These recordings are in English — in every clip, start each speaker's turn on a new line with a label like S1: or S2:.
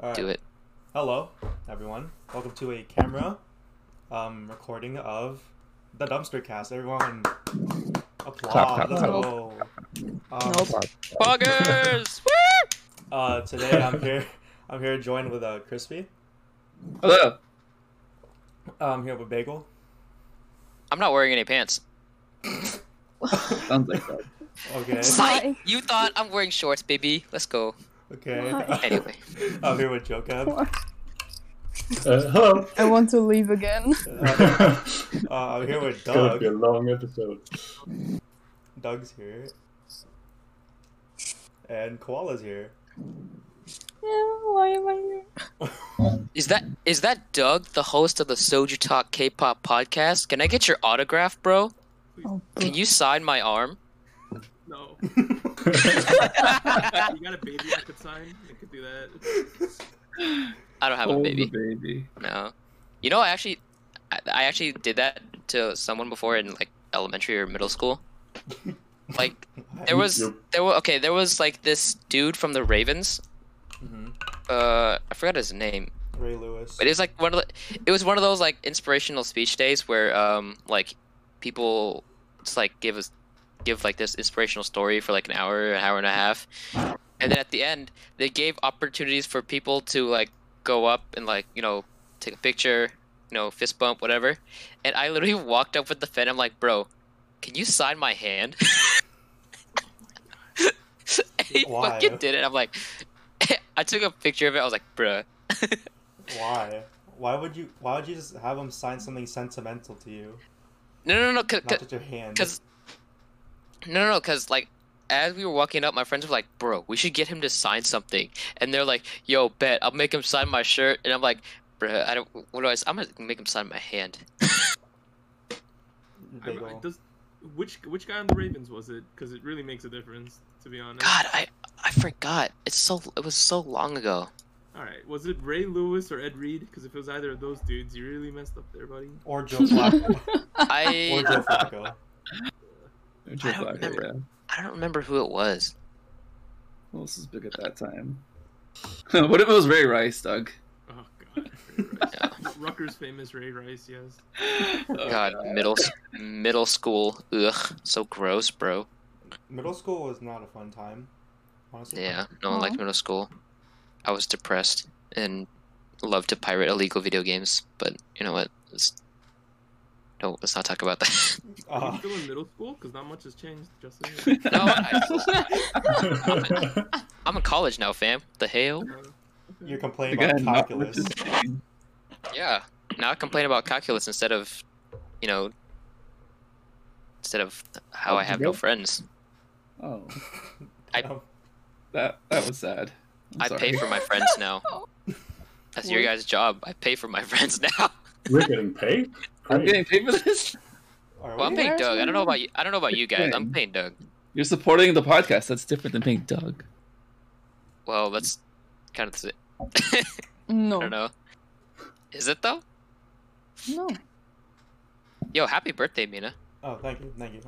S1: All right.
S2: Do it.
S1: Hello, everyone. Welcome to a camera um, recording of the Dumpster Cast. Everyone, applaud.
S3: clap,
S1: Let's
S3: clap.
S1: go. Um,
S2: Nope. Poggers! Woo!
S1: uh, today I'm here. I'm here joined with uh, Crispy. Uh,
S3: Hello.
S1: I'm here with Bagel.
S2: I'm not wearing any pants.
S3: Sounds like that.
S1: Okay.
S2: Sight! You thought I'm wearing shorts, baby. Let's go.
S1: Okay.
S4: Why?
S2: Anyway.
S1: I'm here with Jokab.
S5: Uh, hello.
S4: I want to leave again.
S1: Uh, uh, I'm here with
S5: It's gonna
S1: Doug.
S5: be a long episode.
S1: Doug's here. And Koala's here.
S4: why am I here?
S2: Is that is that Doug, the host of the Soju Talk K-pop podcast? Can I get your autograph, bro?
S4: Oh,
S2: Can you sign my arm?
S6: No.
S5: That's
S6: you got a baby I could sign? I could do that.
S2: I don't have a
S3: Oh,
S2: baby.
S3: the baby.
S2: No. You know, I actually, I, I actually did that to someone before in like elementary or middle school. Like there was
S5: Yep.
S2: there were okay there was like this dude from the Ravens.
S1: hmm
S2: Uh, I forgot his name.
S1: Ray Lewis.
S2: But it was like one of the, it was one of those like inspirational speech days where um like people just like give us give like this inspirational story for like an hour, an hour and a half, and then at the end they gave opportunities for people to like go up and like you know take a picture, you know fist bump whatever, and I literally walked up with the fan. I'm like, bro, can you sign my hand? And he
S1: Why?
S2: fucking did it. I'm like, I took a picture of it. I was like, bruh.
S1: Why? Why would you? Why would you just have him sign something sentimental to you,
S2: No, no, no, cause,
S1: not just your hand?
S2: Because no, no, no, because like as we were walking up, my friends were like, "Bro, we should get him to sign something," and they're like, "Yo, bet I'll make him sign my shirt," and I'm like, "Bruh, I don't. What do I? s- I'm gonna make him sign my hand."
S6: I, I-
S1: Bagel.
S6: does, which which guy on the Ravens was it? Because it really makes a difference, to be honest.
S2: God, I I forgot. It's so it was so long ago.
S6: All right, was it Ray Lewis or Ed Reed? Because if it was either of those dudes, you really messed up there, buddy.
S1: Or Joe Flacco. or
S2: I
S1: Joe Flacco.
S3: Joe
S2: I don't
S3: Flacco,
S2: remember.
S3: yeah.
S2: I don't remember who it was.
S3: What else was big at that time? what if it was Ray Rice, Doug?
S6: Oh God. Ray Rice. Rucker's famous Ray Rice, yes.
S3: Oh,
S2: God, middle s- middle school. Ugh, so gross, bro.
S1: Middle school was not a fun time. Honestly.
S2: Yeah, no one liked
S4: Aw.
S2: middle school. I was depressed and loved to pirate illegal video games, but you know what? Let's, no, let's not talk about that.
S6: Are
S1: Uh,
S6: you still in middle school? Because not much has changed, Justin.
S2: no, I, I'm in college now, fam. The hell?
S6: Uh,
S1: you're complaining
S3: Again,
S1: about
S3: not
S1: calculus.
S3: with this name.
S2: Yeah. Now I complain about calculus instead of, you know, instead of how I have no
S3: Nope.
S2: friends.
S3: Oh,
S2: I-
S1: Um,
S3: that that was sad. I'm
S2: I
S3: sorry.
S2: pay for my friends now. That's your guys' job. I pay for my friends now.
S5: We're getting paid.
S3: I'm
S5: Great.
S3: getting paid for this.
S1: are
S2: Well, I'm
S1: we?
S2: paying
S4: Where's
S2: Doug. I don't know about you. I don't know about you guys. I'm
S3: Good.
S2: paying Doug.
S3: You're supporting the podcast. That's different than paying Doug.
S2: Well, that's kind of it. I don't
S4: No.
S2: know. Is it though?
S4: No.
S2: Yo, happy birthday, Mina.
S1: Oh, thank you, thank you.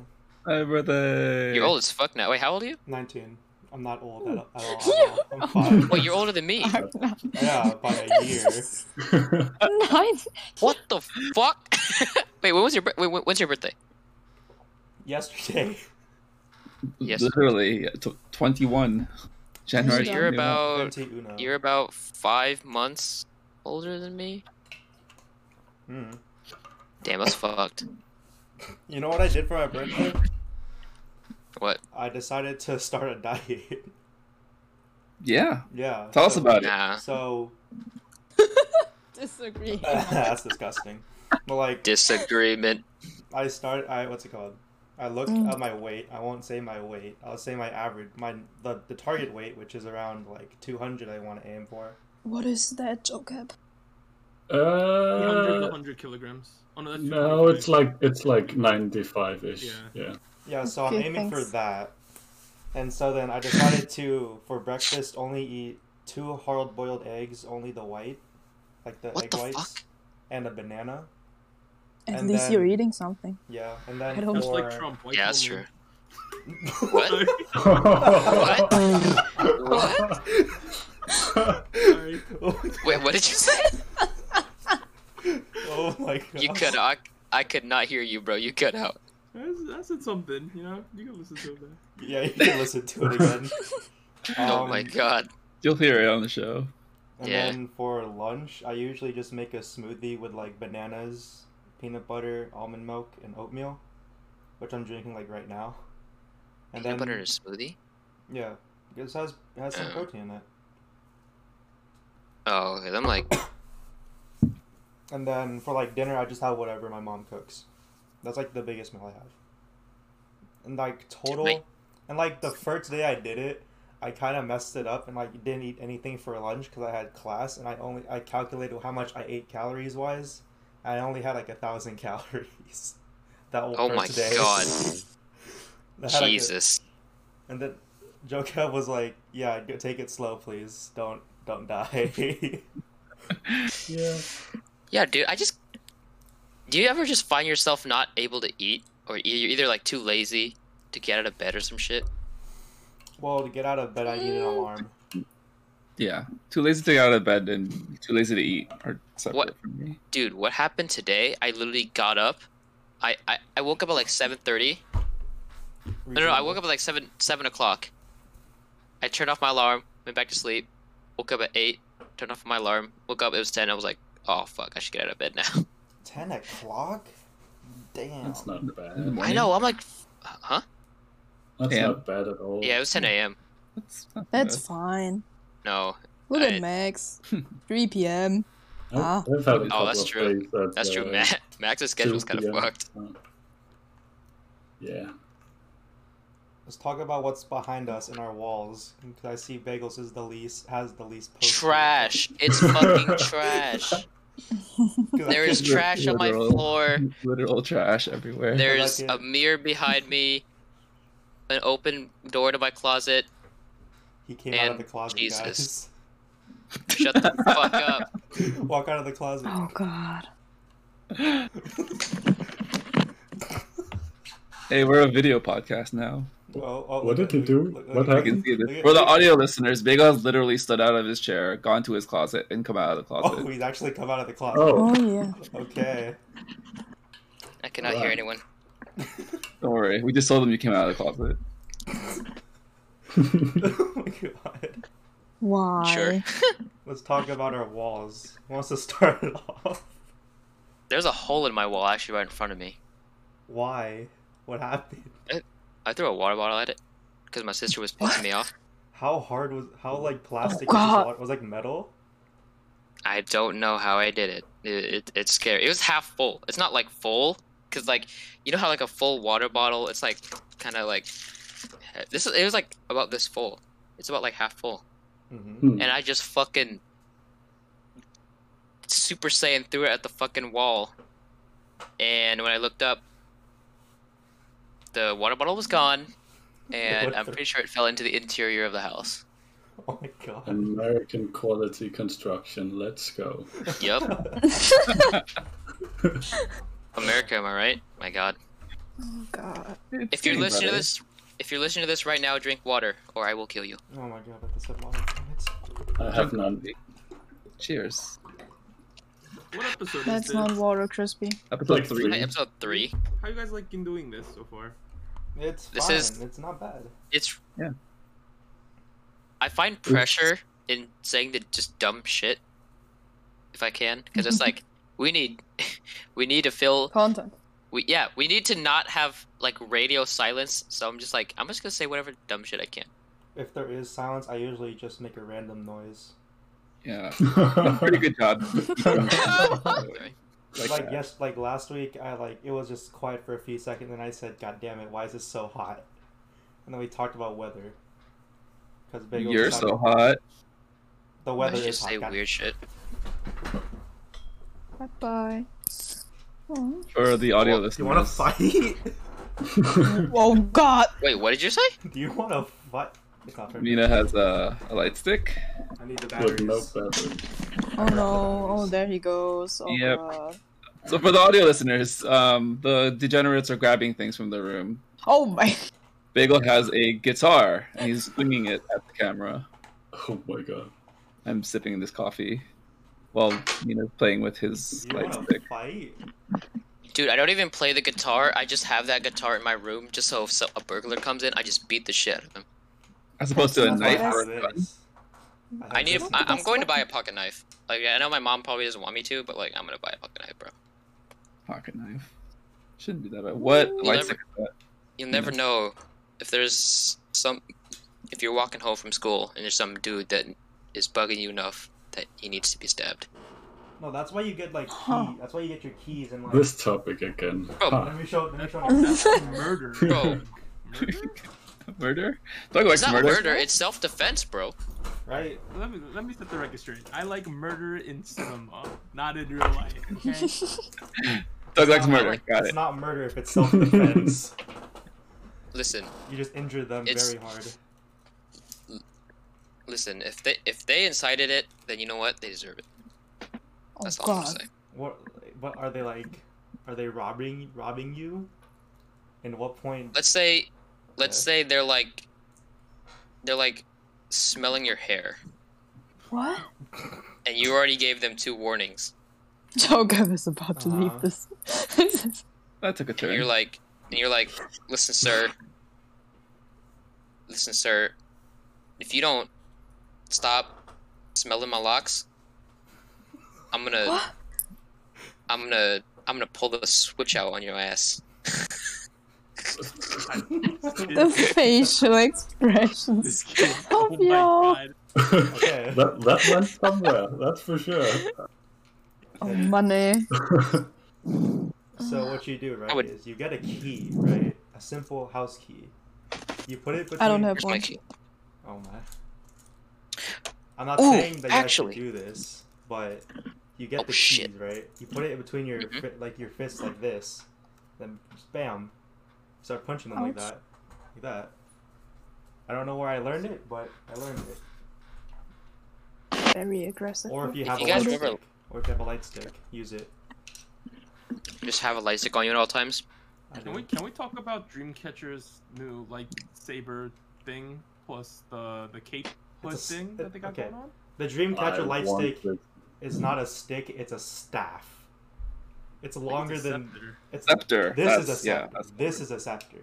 S3: Hi, brother.
S2: You're old as fuck now. Wait, how old are you?
S1: Nineteen. I'm not old at, at all. I'm, I'm five.
S2: Wait, you're older than me.
S4: I'm not.
S1: Yeah, by a year.
S4: Nine.
S2: What the fuck? wait, when was your bir- wait, when- when's your birthday?
S1: Yesterday.
S2: Yes.
S3: Literally, t- 21.
S2: So
S3: January.
S4: Yeah.
S2: you're
S3: 21.
S2: about
S1: Twenty uno.
S2: Oh, you're about five months older than me.
S1: Mm.
S2: Damn, that's fucked.
S1: You know what I did for my birthday?
S2: What?
S1: I decided to start a diet.
S3: Yeah.
S1: yeah.
S3: Tell us
S1: so-
S3: about it.
S2: Nah,
S1: So
S4: Disagree.
S1: that's disgusting. But like,
S2: disagreement.
S1: I start. I what's it called? I looked
S4: Mm.
S1: at my weight. I won't say my weight. I'll say my average, my the, the target weight, which is around like 200. I want to aim for.
S4: What is that, Jokab?
S6: Hundred
S5: Uh,
S6: 100 kilograms. Oh no, that's
S5: no,
S6: 200.
S5: it's like it's like 95 ish.
S6: Yeah.
S5: Yeah.
S1: Yeah, so I'm
S4: Okay,
S1: aiming for
S4: thanks.
S1: that. And so then I decided to for breakfast only eat two hard boiled eggs, only the white, like the
S2: What
S1: egg
S2: the
S1: whites, and a banana.
S4: At
S1: And
S4: least
S1: then-
S4: you're eating something.
S1: Yeah, and
S4: I
S1: then
S4: don't-
S6: just
S1: for
S6: like Trump. White
S2: Yeah, that's
S6: woman.
S2: What?
S6: Sorry.
S2: What?
S5: what?
S6: sorry.
S2: Wait, what did you say?
S1: oh my god.
S2: You cut out. I could not hear you, bro. You cut out.
S6: I, I said something, you know? You can listen to it back.
S1: Yeah, you can listen to it again.
S2: oh
S1: Um,
S2: my god.
S3: You'll hear it on the show.
S1: And
S2: Yeah.
S1: then for lunch, I usually just make a smoothie with like bananas, peanut butter, almond milk, and oatmeal, which I'm drinking like right now. And then
S2: Peanut butter in a smoothie?
S1: yeah, this has it has some
S2: Oh.
S1: protein in it.
S2: Oh, okay. I'm like,
S1: And then for like dinner, I just have whatever my mom cooks. That's like the biggest meal I have. And like total,
S2: wait.
S1: and like the first day I did it, I kind of messed it up and like didn't eat anything for lunch because I had class and I only I calculated how much I ate calories wise. I only had like a thousand calories. That whole
S2: oh my
S1: first day.
S2: god.
S1: I had, like, a-
S2: Jesus.
S1: and then Joe Kev was like, "Yeah, go- take it slow, please. Don't don't die."
S5: Yeah.
S2: Yeah, dude. I just. Do you ever just find yourself not able to eat, or e- you're either like too lazy to get out of bed or some shit?
S1: well, to get out of bed, I need an alarm.
S3: Yeah. Too lazy to get out of bed and too lazy to eat are separate
S2: What?
S3: from me.
S2: Dude, what happened today? I literally got up. I, I, I woke up at like 7:30. No, no, no, I woke up at like seven seven o'clock. I turned off my alarm, went back to sleep, woke up at eight, turned off my alarm, woke up. It was ten. I was like, oh fuck, I should get out of bed now.
S1: Ten o'clock? Damn.
S5: That's not
S3: In the
S5: bad.
S2: I
S3: morning?
S2: know. I'm like, huh?
S5: That's
S3: Yeah.
S5: not bad at all.
S2: Yeah, it was ten a.m.
S3: That's, not
S4: That's
S3: bad.
S4: fine.
S2: No,
S4: Look
S2: I-
S4: at Max. 3 p.m.
S5: I've,
S4: Ah.
S5: I've had a
S2: Oh,
S5: couple
S2: that's
S5: of
S2: true.
S5: days that,
S2: that's
S5: uh,
S2: true. Ma- Max's schedule's
S5: 2
S2: kind of
S5: PM.
S2: fucked.
S5: Yeah.
S1: Let's talk about what's behind us in our walls. Because I see Bagels is the least has the least post.
S2: Trash. It's fucking trash. There is trash on my
S3: Literal.
S2: floor.
S3: Literal trash everywhere.
S2: There's
S1: like
S2: a
S1: it.
S2: mirror behind me. An open door to my closet.
S1: He came out of
S2: And
S1: the closet,
S2: Jesus. Shut the fuck up.
S1: guys. Walk out of the closet.
S4: Oh god.
S3: Hey, we're a video podcast now.
S1: Oh, oh,
S5: What
S1: look
S5: did you
S1: at-
S5: do?
S1: look- look-
S5: What
S1: look at-
S3: You can
S5: happened?
S3: see this.
S1: look at-
S3: For the audio listeners, Bagels literally stood out of his chair, gone to his closet, and come out of the closet.
S1: Oh, he's actually come out of the closet.
S5: Oh,
S4: Oh yeah.
S1: Okay.
S2: I cannot hear
S5: Right.
S2: anyone.
S3: Don't worry, we just told him you came out of the closet.
S1: oh my god.
S4: Why?
S2: Sure.
S1: Let's talk about our walls. Who wants to start it off?
S2: There's a hole in my wall actually right in front of me.
S1: Why? What happened?
S2: I threw a water bottle at it because my sister was pissing me off.
S1: How hard was how like
S5: Oh,
S1: plastic was,
S4: God.
S1: this wa- was like metal?
S2: I don't know how I did it. It, it. It's scary. It was half full. It's not like full because like you know how like a full water bottle. It's like kind of like this. is It was like about this full. It's about like half full,
S1: Mm-hmm.
S5: hmm.
S2: and I just fucking Super Saiyan threw it at the fucking wall. And when I looked up, the water bottle was gone, and
S1: What
S2: I'm
S1: the-
S2: pretty sure it fell into the interior of the house.
S1: Oh my god.
S5: American quality construction. Let's go.
S2: Yep. America, am I right? My God.
S4: Oh god.
S2: If you're listening to this, if you're listening to this right now, drink water, or I will kill you.
S1: Oh my god, but this is water. Damn it.
S5: I have none.
S3: cheers.
S6: What episode
S4: That's
S6: is this?
S4: not water crispy.
S3: Episode
S5: Like
S3: three.
S5: three.
S2: Hi, episode three.
S6: How you guys like in doing this so far?
S1: It's
S2: This
S1: fine.
S2: is-
S1: It's not bad.
S2: It's.
S3: Yeah.
S2: I find pressure in saying the just dumb shit, if I can, because it's like we need, we need to fill.
S4: Content.
S2: We yeah, we need to not have like radio silence. So I'm just like I'm just gonna say whatever dumb shit I can.
S1: If there is silence, I usually just make a random noise.
S3: Yeah, pretty good job.
S2: Sorry.
S3: Like
S1: like
S3: that.
S1: yes, like last week, I like it was just quiet for a few seconds, and I said, "God damn it, why is this so hot?" And then we talked about weather. Because
S3: You're so hot.
S1: The
S2: I
S1: weather is
S2: just
S1: hot.
S2: say
S1: God-
S2: weird shit.
S4: Bye bye. Oh.
S3: For the audio
S2: Well,
S1: Do you
S3: listeners.
S1: want to fight? Do
S4: oh god.
S2: Wait, what did you say?
S1: you want to fight? It's not for me.
S3: Mina has a, a light stick.
S1: I need the
S5: With no
S1: batteries.
S5: battery.
S4: Oh no. Oh there he goes. Oh
S3: Yep.
S4: god.
S3: So for the audio listeners, um, the degenerates are grabbing things from the room.
S4: Oh my
S3: Bagel has a guitar and he's swinging it at the camera.
S5: Oh my god.
S3: I'm sipping this coffee while Nina's playing with his
S1: You
S3: light
S1: want
S3: stick.
S1: to fight?
S2: Dude, I don't even play the guitar. I just have that guitar in my room just so if so- a burglar comes in, I just beat the shit out of him.
S3: As opposed to a
S4: That's
S3: knife
S4: what
S3: or a
S1: This.
S3: gun.
S2: I need.
S1: this
S2: I,
S1: one.
S2: I'm going to buy a pocket knife. Like I know my mom probably doesn't want me to, but like I'm gonna buy a pocket knife, bro.
S3: pocket knife. Shouldn't be that bad. What light
S2: never-
S3: stick is that?
S2: You'll never
S3: Yes.
S2: know if there's some. If you're walking home from school and there's some dude that is bugging you enough that he needs to be stabbed.
S1: No, that's why you get like
S4: Huh.
S1: key. That's why you get your keys and like.
S5: This topic again.
S2: Oh.
S5: Huh.
S1: Let me show. Let me show.
S6: Murder.
S2: Bro.
S6: Murder?
S3: Murder? Talk about
S2: It's not
S3: murder.
S2: murder. It's self-defense, bro.
S1: Right.
S6: Let me, let me set the record straight. I like murder in cinema, not in real life. Okay?
S3: Doug likes
S1: not
S3: murder.
S2: like-
S3: Got
S1: It's
S3: it.
S1: not murder if it's self-defense.
S2: Listen,
S1: you just injure them
S2: It's-
S1: very hard.
S2: listen. If they if they incited it, then you know what? They deserve it.
S4: Oh
S2: That's all I'm
S4: god.
S2: gonna say.
S1: What? What are they like? Are they robbing robbing you? And what point?
S2: Let's say, let's say they're like, they're like, smelling your hair,
S4: What?
S2: and you already gave them two warnings.
S4: Jogo is about to
S1: Uh-huh.
S4: leave this.
S3: That took a
S2: And you're
S3: turn.
S2: like, and you're like, listen, sir. Listen, sir. If you don't stop smelling my locks, I'm gonna,
S4: What?
S2: I'm gonna, I'm gonna pull the switch out on your ass.
S4: the facial expressions
S6: This kid.
S4: of
S6: Oh my
S4: y'all.
S6: god.
S1: Okay.
S5: that, that went somewhere, that's for sure.
S4: Oh, money.
S1: So what you do, right,
S2: I would-
S1: is you get a key, right? A simple house key. You put it between.
S4: I don't have
S2: Here's my
S4: one.
S2: key.
S1: Oh my. I'm not
S2: Ooh,
S1: saying that you
S2: actually.
S1: actually do this, but you get
S2: Oh,
S1: the
S2: shit.
S1: keys, right? You put it between your
S6: Mm-hmm.
S2: Mhm.
S1: fi- like your fists like this, then just bam, start punching
S2: Oh,
S1: them like
S4: Ouch.
S1: that, like that. I don't know where I learned it, but I learned it.
S4: Very aggressive.
S1: Or if you
S2: If
S1: have
S2: you
S1: a
S2: guys
S1: light
S2: remember-
S1: stick, or if you have a light stick, use it.
S2: Just have a light stick on you at all times.
S1: I
S6: Can
S1: do.
S6: we can we talk about Dreamcatcher's new like saber thing plus the the cape plus
S1: a s-
S6: thing that they got
S1: okay.
S6: going on?
S1: The Dreamcatcher
S5: I
S1: light
S5: want
S1: stick
S5: this.
S1: is not a stick; it's a staff. It's
S6: Like,
S1: longer
S6: it's a
S1: than
S6: scepter.
S1: it's.
S3: Scepter.
S1: This
S3: that's,
S1: is a
S3: yeah,
S1: scepter.
S3: that's-
S1: this is a scepter.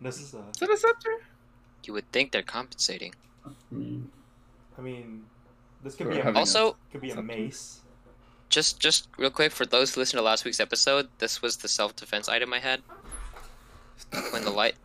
S1: This is a.
S3: Is that a scepter?
S2: You would think they're compensating.
S5: I mean,
S1: I mean, this could
S3: Or
S1: be a
S3: having-
S2: Also,
S1: could be a
S3: something.
S1: mace.
S2: just just real quick for those who listened to last week's episode this was the self-defense item i had when the light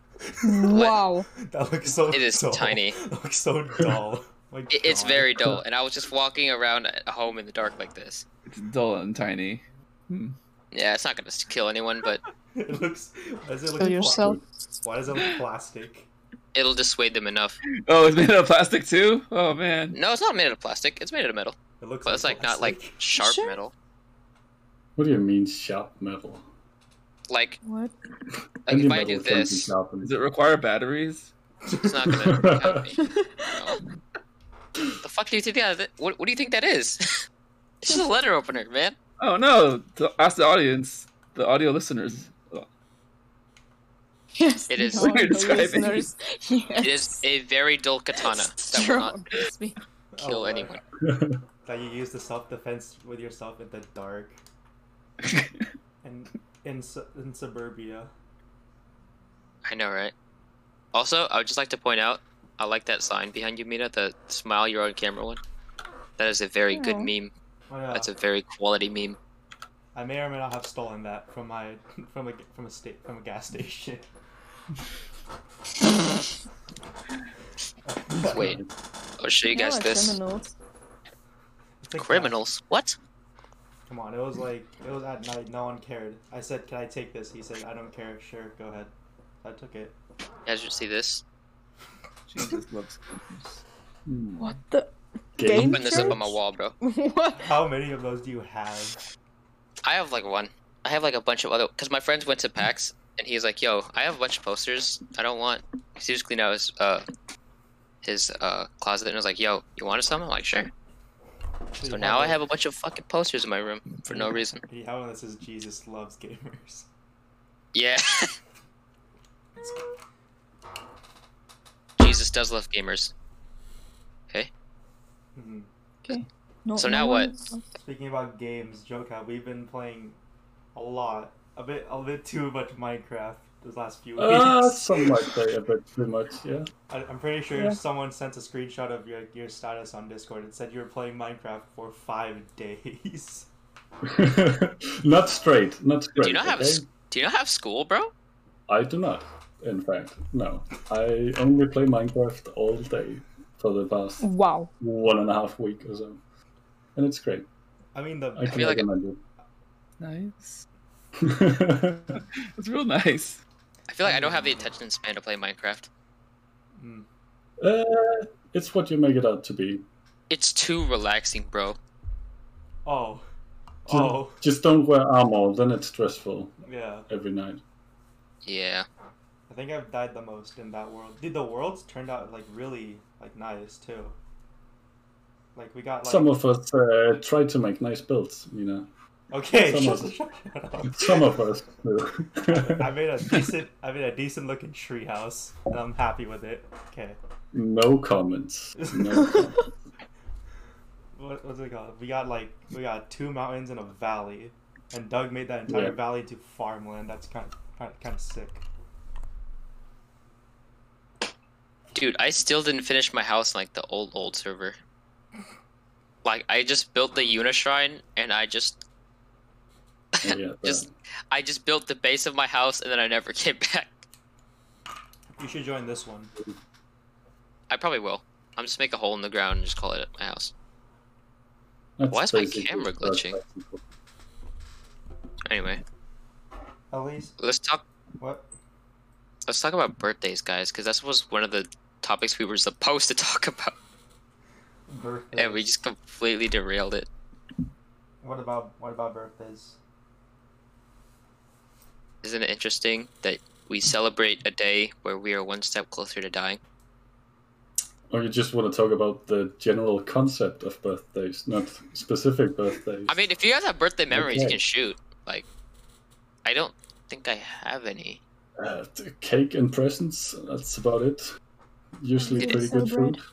S4: Wow.
S1: That looks so.
S2: It is
S1: dull.
S2: tiny.
S1: That looks so dull. My
S2: it, it's
S1: God.
S2: very dull and i was just walking around at home in the dark like this
S3: It's dull and tiny.
S2: yeah it's not gonna s- kill anyone but
S1: It looks. Why does it look
S4: Kill yourself.
S1: plastic? Why does it look plastic?
S2: it'll dissuade them enough
S3: Oh, it's made out of plastic too? Oh man.
S2: no it's not made out of plastic it's made out of metal
S1: It looks.
S2: but it's like not like
S1: plastic.
S2: sharp
S4: Sure.
S2: metal
S5: what do you mean sharp metal?
S2: like,
S4: What?
S2: like
S5: Any
S2: if i
S5: metal
S2: do
S5: can be
S2: this
S5: sharpened.
S3: Does it require batteries?
S2: it's not gonna help me no. the fuck do you think that what, what do you think that is it's just a letter opener man
S3: Oh no. To ask the audience, the audio listeners.
S4: Yes,
S2: It is-
S4: no,
S3: What you're
S4: the
S3: describing.
S4: listeners. Yes.
S2: it is a very dull katana that will not
S4: Strong. speak.
S1: Oh,
S2: kill
S1: uh,
S2: anyone
S1: That you use the self defense with yourself in the dark and in su- in suburbia.
S2: I know, right? Also, I would just like to point out, I like that sign behind you, Mina, the smile you're on camera one. That is a very good
S4: Aw.
S2: meme.
S1: Oh, yeah.
S2: That's a very quality meme.
S1: I may or may not have stolen that from my from a from a state from a gas station.
S2: Wait, I'll show you
S4: Y'all
S2: guys
S4: are
S2: this.
S4: Criminals.
S1: It's like
S2: Criminals? What?
S1: that. Come on, it was like it was at night. No one cared. I said, "Can I take this?" He said, "I don't care. Sure, go ahead." I took it.
S2: You guys should see this.
S3: Jesus loves
S5: Hmm.
S4: What the?
S5: Game
S4: Game
S2: Putting this up on my
S4: Insurance?
S2: wall, bro.
S4: what?
S1: How many of those do you have?
S2: I have like one. I have like a bunch of other. Because my friends went to PAX, and he's like, yo, I have a bunch of posters. I don't want. Because he was cleaning out his, uh, his uh, closet, and I was like, yo, you want some? I'm like, sure. So now I have a bunch of fucking posters in my room for no reason.
S1: Do you have one that says "Jesus loves gamers"?
S2: Yeah. Jesus does love gamers.
S1: Mhm.
S4: Okay. No,
S2: So
S4: no
S2: now
S4: one
S2: what?
S4: is- okay.
S1: Speaking about games, joke how we've been playing a lot, a bit, a bit too much Minecraft this last few weeks.
S5: Uh, some might say a bit too much, yeah.
S1: I, I'm pretty sure
S4: Yeah.
S1: someone sent a screenshot of your your status on Discord and said you were playing Minecraft for five days.
S5: not straight, not straight.
S2: do you not have
S5: okay?
S2: s- do you not have school, bro?
S5: I do not, in fact. No. I only play Minecraft all day for the past
S4: Wow.
S5: one and a half week or so. And it's great.
S1: I mean
S5: I
S1: the
S5: can
S2: feel like-
S5: recommend
S3: Nice.
S5: it.
S3: It's real nice.
S2: I feel like I don't have the attention span to play Minecraft.
S1: mm,
S5: uh, it's what you make it out to be.
S2: It's too relaxing, bro.
S1: oh
S5: Just,
S1: oh
S5: just don't wear armor, then it's stressful
S1: yeah.
S5: every night.
S2: Yeah.
S1: I think I've died the most in that world. Dude, the worlds turned out like really like nice too. Like we got like
S5: Some of us uh, try to make nice builds, you know.
S1: okay.
S5: some
S1: shut
S5: of-
S1: the- shut up.
S5: Some of us do.
S1: I made a decent. I made a decent looking treehouse, and I'm happy with it. Okay.
S5: no comments. No comments.
S1: What, what's it called? We got like we got two mountains and a valley, and Doug made that entire
S5: Yeah.
S1: valley into farmland. That's kind of kind of, kind of sick.
S2: Dude, I still didn't finish my house in, like the old old server. Like I just built the Unishrine and I just
S5: Yeah,
S2: Just- I just built the base of my house and then I never came back.
S1: You should join this one.
S2: I probably will. I'm just make a hole in the ground and just call it my house.
S5: that's
S2: Why is my
S5: basically
S2: camera
S5: what that's
S2: glitching?
S5: like.
S2: Anyway,
S1: Elise,
S2: let's talk
S1: what?
S2: let's talk about birthdays, guys, because that was one of the topics we were supposed to talk about,
S1: Birthdays.
S2: and we just completely derailed it.
S1: What about what about birthdays?
S2: Isn't it interesting that we celebrate a day where we are one step closer to dying?
S5: Or you just want to talk about the general concept of birthdays, not specific birthdays.
S2: I mean, if you guys have birthday memories, you
S5: Okay.
S2: can shoot. Like, I don't think I have any.
S5: uh, t- cake and presents. That's about it. Usually
S2: Did it
S5: pretty good
S4: celebrate?
S5: food.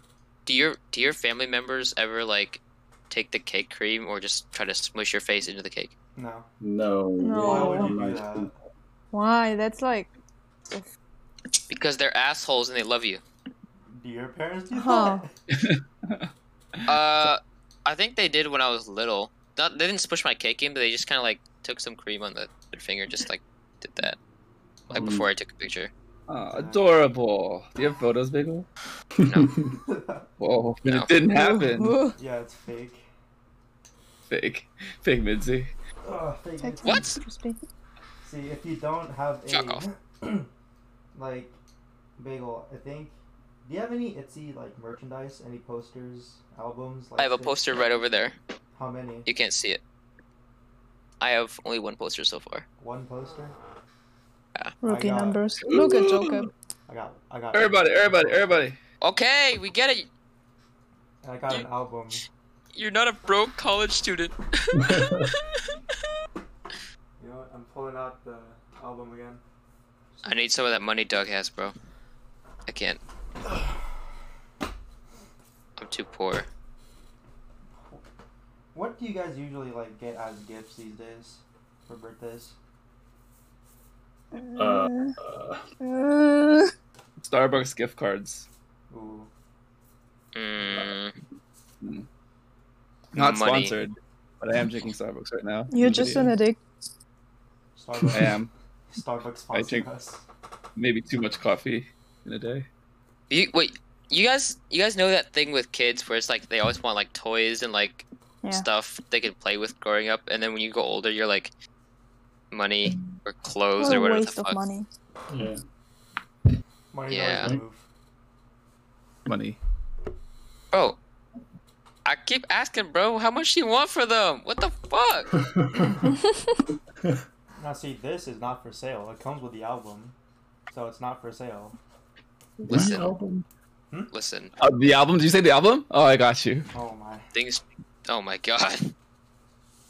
S2: Do your do your family members ever like take the cake cream or just try to smush your face into the cake?
S1: No.
S5: No.
S1: Why
S4: No.
S5: yeah,
S1: would you do
S5: nice
S1: that?
S5: food.
S4: Why? That's like.
S2: Because they're assholes and they love you.
S1: Do your parents do
S4: Huh.
S1: that?
S2: Uh, I think they did when I was little. Not they didn't smush my cake in, but they just kind of like took some cream on the, their finger, just like did that, like
S5: Mm.
S2: before I took a picture.
S3: Aw, adorable. Do you have photos, Bagel? Whoa,
S2: No.
S3: it didn't happen.
S4: Ugh.
S1: yeah, it's fake.
S3: fake, fake Midsy.
S1: Ugh, fake.
S4: Text
S2: What?
S4: message is big.
S1: See, if you don't have a
S2: Fuck off.
S1: like bagel, I think. Do you have any Etsy like merchandise? Any posters, albums? Like
S2: I have a
S1: things?
S2: poster right over there.
S1: How many?
S2: You can't see it. I have only one poster so far.
S1: One poster.
S4: Rookie
S1: got-
S4: numbers. Look at Joker.
S1: I got. I got.
S3: Everybody, everybody, everybody.
S2: Okay, we get it.
S1: And I got an album.
S2: You're not a broke college student.
S1: You know, what? I'm pulling out the album again.
S2: I need some of that money Doug has, bro. I can't. I'm too poor.
S1: What do you guys usually like get as gifts these days for birthdays?
S5: Uh, uh,
S4: Uh,
S3: Starbucks gift cards.
S1: Ooh,
S2: Mm,
S3: Not
S2: Money.
S3: sponsored, but I am drinking Starbucks right now.
S4: you're just an addict.
S1: Starbucks.
S3: I am.
S1: Starbucks
S3: I
S1: sponsored
S3: drink-
S1: us.
S3: Maybe too much coffee in a day.
S2: you wait. You guys, you guys know that thing with kids where it's like they always want like toys and like
S4: Yeah.
S2: stuff they could play with growing up, and then when you go older, you're like money or clothes
S4: What
S2: or
S4: a
S2: whatever the
S4: waste of
S2: fuck.
S4: money.
S5: yeah.
S1: Money
S2: Yeah.
S1: yeah. move.
S3: Money.
S2: Bro, I keep asking, bro, how much you want for them? What the fuck?
S5: uh,
S1: Now see, this is not for sale. It comes with the album, so it's not for sale.
S2: Listen.
S5: My album.
S2: Listen,
S3: Uh, the album? Did you say the album? Oh, I got you.
S1: Oh my,
S2: things. Oh my god.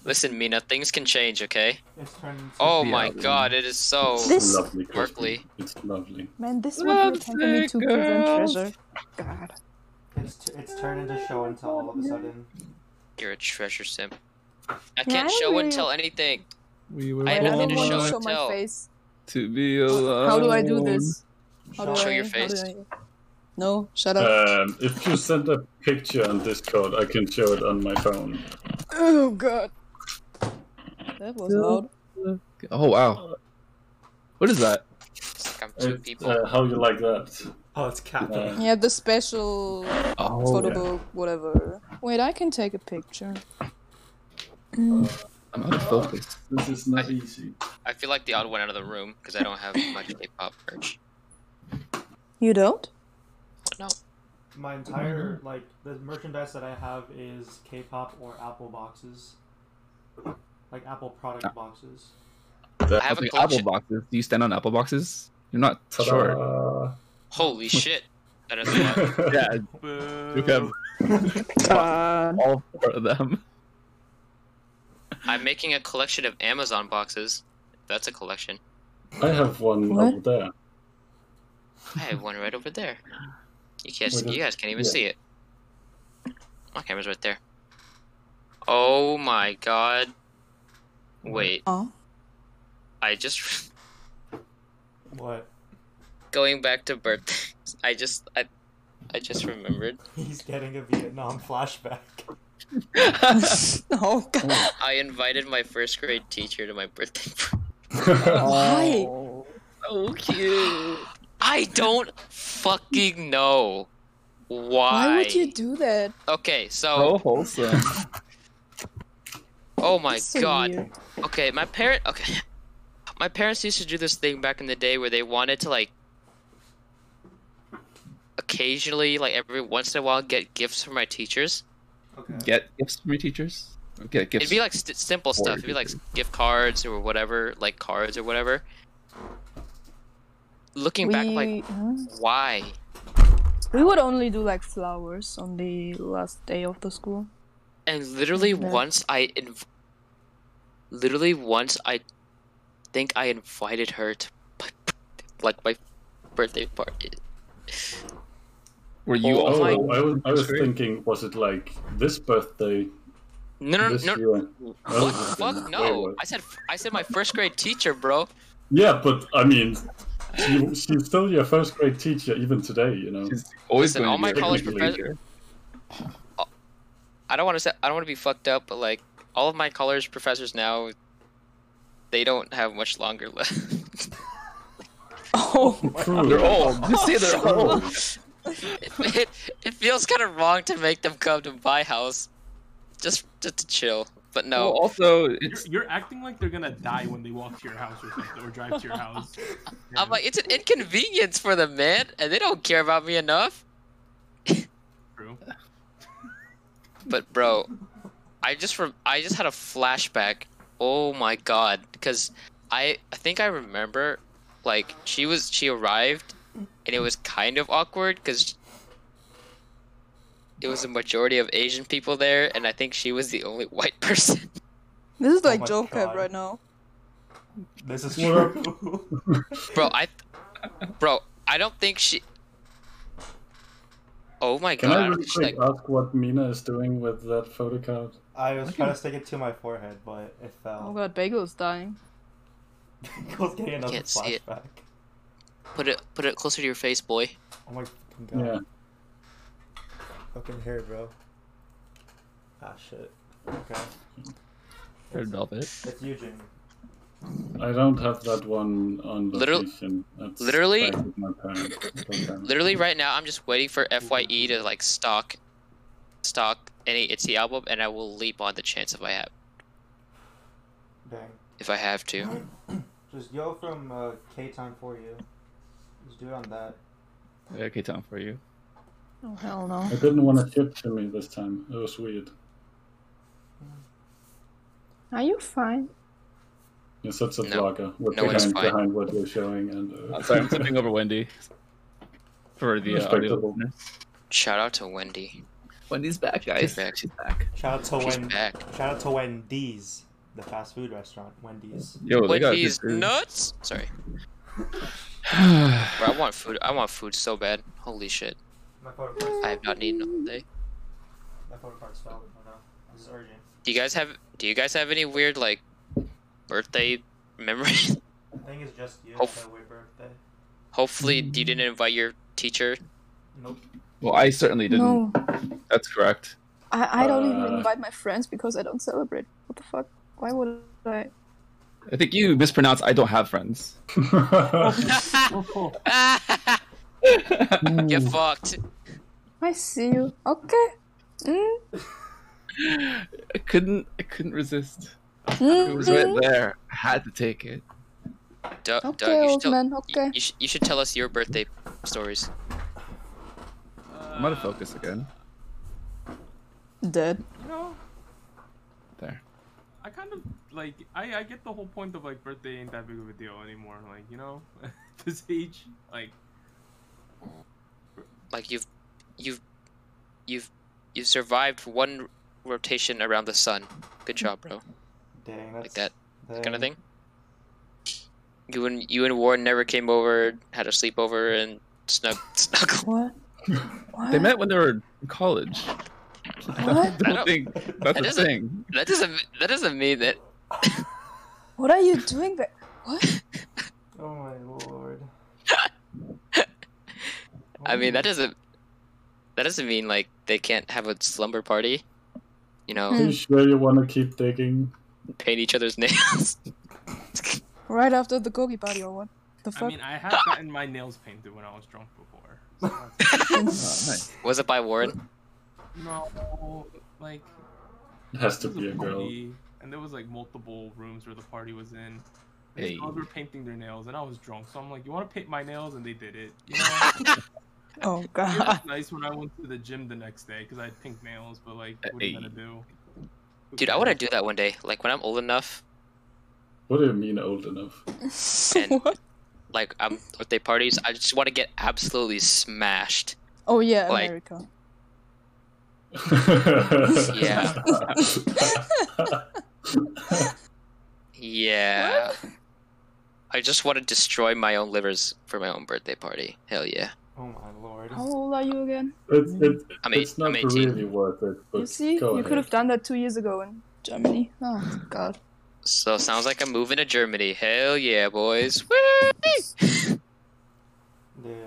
S2: Listen, Mina, things can change, okay?
S1: it's turned. Into
S2: Oh
S3: the
S2: my
S3: album.
S2: god, it is so.
S4: This-
S5: lovely. Christmas.
S2: Berkeley.
S5: It's lovely.
S4: Man, this would be
S3: Lovely
S4: tempting me to give them
S3: girls.
S4: treasure. God.
S1: It's t- it's turned into show and tell all of a sudden.
S2: You're a treasure simp. I
S4: Yeah,
S2: can't
S4: I
S2: show and
S4: really-
S2: tell anything.
S3: We were
S2: I had
S4: don't
S2: nothing to
S4: want
S2: show
S4: to
S2: and
S4: show my
S2: tell.
S4: face.
S3: to be alone.
S4: How do I do this? How do
S2: Show
S4: I,
S2: your
S4: how
S2: face.
S4: do I- No, shut up.
S5: Um, if you send a picture on Discord, I can show it on my phone.
S4: oh god. That was
S3: No.
S4: loud.
S3: Oh wow. What is that?
S2: It's like I'm two
S5: It's,
S2: people.
S5: uh, how you like that?
S1: Oh, it's capital.
S5: Uh,
S4: Yeah, the special
S3: Oh,
S4: photo book, whatever. Wait, I can take a picture.
S3: I'm out of focus.
S5: this is not easy.
S2: I feel like the odd one out of the room because I don't have much K-pop merch.
S4: You don't?
S2: No,
S1: My entire like the merchandise that I have is K-pop or Apple boxes, like Apple product boxes.
S3: The,
S2: I have a
S3: like,
S2: collection.
S3: apple boxes. Do you stand on apple boxes? You're not sure.
S5: Ta-da.
S2: holy shit! I don't see that.
S3: Yeah, you have
S6: Boo.
S3: all four of them.
S2: I'm making a collection of Amazon boxes. That's a collection.
S5: I have one
S4: What?
S5: over there.
S2: I have one right over there. You can't.
S5: Wait,
S2: you
S5: that-
S2: guys can't even
S5: yeah.
S2: see it. My camera's right there. Oh my god! Wait,
S4: Oh.
S2: I just
S1: What?
S2: going back to birthdays. I just I, I just remembered.
S1: He's getting a Vietnam flashback.
S4: oh god.
S2: I invited my first grade teacher to my birthday. party.
S5: Oh.
S4: Why?
S2: so cute. I don't fucking know why.
S4: Why would you do that?
S2: Okay,
S3: Oh,
S2: so
S3: wholesome.
S2: oh my
S4: That's so
S2: god.
S4: weird.
S2: Okay, my parent. Okay, my parents used to do this thing back in the day where they wanted to like occasionally, like every once in a while, get gifts from my teachers.
S1: Okay.
S3: Get gifts from your teachers. Or Get gifts.
S2: It'd be like st- simple
S3: for
S2: stuff. It'd be like
S3: teachers.
S2: gift cards or whatever, like cards or whatever. Looking
S4: We,
S2: back, like
S4: huh?
S2: why?
S4: we would only do like flowers on the last day of the school.
S2: And literally
S4: Yeah.
S2: once I inv- literally once I think I invited her to my, like my birthday party.
S3: Were you
S2: Oh
S5: Oh,
S2: my-
S5: I was, I was
S3: Sure.
S5: thinking, was it like this birthday
S2: No, no,
S5: this
S2: Uh, no,
S5: year? I
S2: What
S5: was
S2: the
S5: just
S2: fuck?
S5: thinking,
S2: No.
S5: wait,
S2: I said I said my first grade teacher, bro.
S5: Yeah, but I mean, she, she's still your first grade teacher even today, you know.
S3: She's always
S2: Listen,
S3: going
S2: all
S3: to
S2: my
S3: be a
S2: college
S3: teacher.
S2: professor- I don't want to say I don't want to be fucked up, but like all of my college professors now, they don't have much longer left.
S4: Oh,
S5: True.
S3: They're old. Just say they're old.
S2: it, it, it feels kind of wrong to make them come to my house, just just to chill. But
S3: Well,
S2: no,
S3: also,
S6: You're,
S3: it's
S6: you're acting like they're gonna die when they walk to your house or something, or drive to your house.
S2: I'm like it's an inconvenience for them, man, and they don't care about me enough.
S6: True.
S2: But bro, I just rem- I just had a flashback. Oh my god, because I I think I remember like she was she arrived and it was kind of awkward cuz it was a majority of Asian people there and I think she was the only white person.
S4: this is like
S1: Oh my
S4: Joe Cab
S1: God.
S4: right now.
S1: This is
S5: What
S1: true.
S2: bro, I Bro, I don't think she Oh my
S5: Can
S2: god. I
S5: I
S2: don't
S5: really
S2: think she, like,
S5: quick ask what Mina is doing with that photo card?
S1: I was trying to stick it to my forehead, but it
S4: Oh
S1: fell.
S4: god, Bagel's dying.
S1: Nicole's getting another
S2: Can't see it.
S1: flashback.
S2: put it put it closer to your face, boy.
S1: Oh my fucking god.
S5: Yeah.
S1: Fucking hair, bro. Ah shit. Okay.
S3: red velvet.
S1: It's Eugene.
S5: I don't have that one on
S2: Literal-
S5: location. That's
S2: literally-
S5: back with my parents. Okay.
S2: Literally right now, I'm just waiting for Fye to like stock, stock any Itzy album, and I will leap on the chance if I have
S1: Dang.
S2: if I have to.
S1: Just yo from uh, K time for you. Just do it on that.
S3: Okay, Tom, for you.
S4: Oh hell no.
S5: I didn't want to ship to me this time. It was weird.
S4: Are you fine?
S5: You're such a
S2: No.
S5: blogger. With
S2: No, it's
S5: behind,
S2: fine.
S5: behind what you're showing and. Uh,
S3: I'm sorry, I'm tipping over Wendy for the uh, audio
S5: Respectable.
S3: listeners.
S2: Shout out to Wendy.
S3: Wendy's back, guys.
S2: back.
S3: She's back.
S1: Shout out to
S2: She's
S1: Wen.
S2: back.
S1: Shout out to Wendy's, the fast food restaurant. Wendy's.
S3: Yo, they got
S2: Wendy's
S3: good food.
S2: nuts. Sorry, bro. I want food. I want food so bad. Holy shit.
S1: My photo card's,
S2: I have not eaten all day.
S1: my photo card's valid. I know. This is urgent.
S2: Do you guys have Do you guys have any weird like birthday memories?
S1: I think it's just you.
S2: Hope-
S1: That weird birthday.
S2: Hopefully,
S4: Hmm.
S2: you didn't invite your teacher.
S1: Nope.
S3: Well, I certainly didn't.
S4: No,
S3: That's correct.
S4: I, I don't
S5: Uh.
S4: even invite my friends because I don't celebrate. What the fuck? Why would I?
S3: I think you mispronounced I don't have friends.
S5: uh,
S2: Get fucked.
S4: I see you. Okay. Mm,
S3: I couldn't I couldn't resist. It
S4: mm,
S3: was
S4: mm.
S3: right there. I had to take it.
S2: Doug, Doug,
S4: Okay,
S2: you should
S4: old
S2: tell,
S4: man.
S2: you-
S4: Okay.
S2: you, should, you should tell us your birthday stories.
S3: I'm out of focus again.
S4: Dead.
S6: Uh, You know,
S3: There.
S6: I kind of like I I get the whole point of like birthday ain't that big of a deal anymore. Like you know, this age, like
S2: Like you've, you've, you've, you've survived one rotation around the sun. Good job, bro.
S1: Dang, that's
S2: Like that
S1: dang.
S2: kind of thing. You and you and Warren never came over, had a sleepover, and snug snuggle.
S4: What? What?
S2: Uh,
S3: They met when they were in college. I
S4: What?
S3: don't
S2: don't-
S3: think that's
S2: That
S3: a
S2: doesn't-
S3: thing.
S2: That doesn't that doesn't mean that
S4: What are you doing there? What?
S1: Oh my lord.
S2: I mean, that doesn't that doesn't mean like they can't have a slumber party. You know,
S5: Are
S4: Hmm.
S5: you sure you want to keep digging?
S2: paint each other's nails.
S4: Right after the Gogi party or what? The
S6: I
S4: fuck?
S6: mean I have gotten my nails painted when I was drunk before. So that's-
S3: Oh, nice.
S2: Was it by Warren?
S6: no, like
S5: It has to
S6: there was
S5: be a girl.
S6: party, and there was like multiple rooms where the party was in. And
S3: Hey.
S6: these girls were painting their nails, and I was drunk, so I'm like, "You want to paint my nails?" And they did it. You know?
S4: oh
S6: It was
S4: god.
S6: nice when I went to the gym the next day because I had pink nails, but like, what are you gonna do?
S2: Dude, I want to do that one day. Like when I'm old enough,
S5: What do you mean old enough?
S2: And-
S4: what?
S2: like I'm birthday parties. I just want to get absolutely smashed.
S4: Oh yeah,
S2: Like-
S4: America.
S2: Yeah. Yeah. I just want to destroy my own livers for my own birthday party. Hell yeah.
S1: Oh my lord.
S4: How old are you again?
S5: It's, it,
S2: I'm eight-
S5: it's not
S2: I'm 18.
S5: really worth it. But
S4: you see,
S5: go
S4: you could have
S5: ahead.
S4: done that two years ago in Germany. Oh god.
S2: So sounds like I'm moving to Germany. Hell yeah, boys. Whee!
S1: Dude.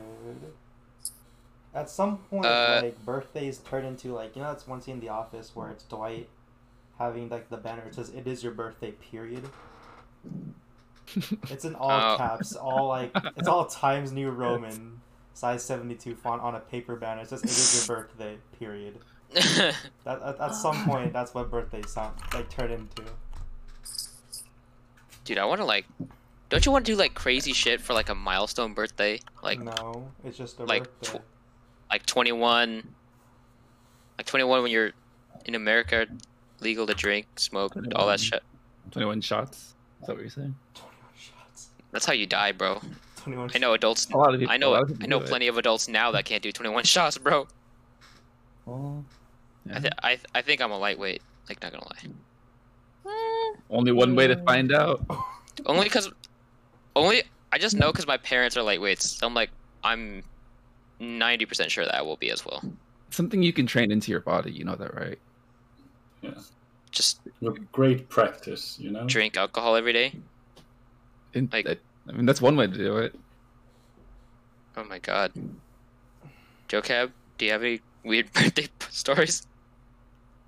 S1: At some point,
S2: Uh,
S1: like birthdays turn into like you know that's one scene in The Office where it's Dwight having like the banner it says "It is your birthday." Period. it's in all
S2: Oh.
S1: caps, all like it's all Times New Roman, size seventy two font on a paper banner. It says "It is your birthday." Period. That at, at some point, that's what birthdays sound like turn into.
S2: Dude, I want to like. Don't you want to do like crazy shit for like a milestone birthday? Like
S1: no, it's just a
S2: like
S1: birthday.
S2: like 21 like 21 when you're in america legal to drink smoke all that
S3: 21.
S2: shit
S3: 21 shots. Is that what you're saying?
S1: Twenty-one shots.
S2: that's how you die bro
S1: Twenty-one.
S2: i know adults
S3: A lot of people.
S2: i
S3: a
S2: know
S3: lot of people
S2: i know
S3: do it.
S2: plenty of adults now that can't do 21 shots bro
S3: Well,
S2: I, th- I, th- I think i'm a lightweight like not gonna lie
S3: Only one way to find out.
S2: only because only i just know because my parents are lightweights so i'm like i'm 90% sure that i will be as well
S3: Something you can train into your body. You know that, right?
S2: just
S5: With great practice, you
S3: Mm-hmm.
S5: know?
S2: drink alcohol every day
S3: In,
S2: Like-
S3: I, I mean, that's one way to do it.
S2: oh my god joe cab do you have any weird birthday stories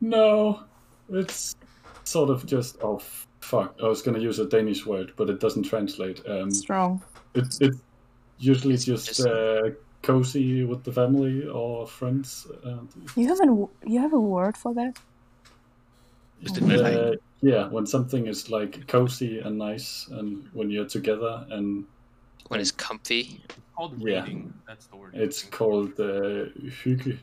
S5: No, it's sort of just oh f- fuck. I was gonna use a Danish word, but it doesn't translate. Um,
S4: Strong.
S5: it, it's usually just
S2: Just-
S5: uh, cozy with the family or friends. um, And,
S4: You have an you have a word for that?
S3: Just
S5: uh,
S3: admit it.
S5: yeah, when something is like cozy and nice, and when you're together, and
S2: when it's comfy
S6: It's called
S5: Yeah.
S6: raiding. That's the word.
S5: it's
S6: called.
S5: called uh, hygge,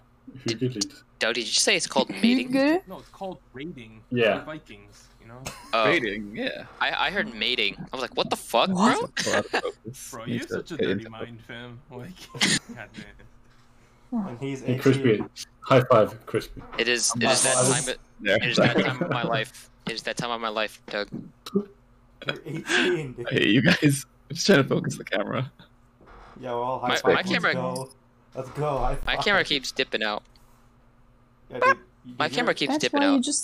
S5: hyggeligt.
S2: Doug, did you say it's called mating?
S4: Hygge?
S6: no, it's called raiding.
S5: Yeah.
S6: Like Vikings. You know,
S2: Oh,
S3: Dating, yeah.
S2: I, I heard mating. I was like, what the fuck,
S4: What?
S3: A lot of focus
S6: bro, you
S3: needs
S6: have
S3: to
S6: such a
S3: get
S6: dirty
S3: into-
S6: mind, fam. Like, god damn.
S1: And he's
S5: Hey,
S1: 18.
S5: crispy, high five, crispy.
S2: bro? It is. It
S1: Oh,
S2: is that
S1: I was-
S2: time.
S3: There.
S2: It is that time of my life. It is that time of my life, Doug.
S1: You're 18, dude.
S3: Hey, you guys. I'm just trying to focus the camera.
S1: Yo, all high
S2: My-
S1: five.
S2: my
S1: let's
S2: camera-
S1: go. Let's go. high
S2: My
S1: five.
S2: camera keeps dipping out.
S1: Yeah, dude, you-
S2: My
S1: you're-
S2: camera keeps
S4: that's
S2: dipping
S4: why you
S2: out.
S4: just.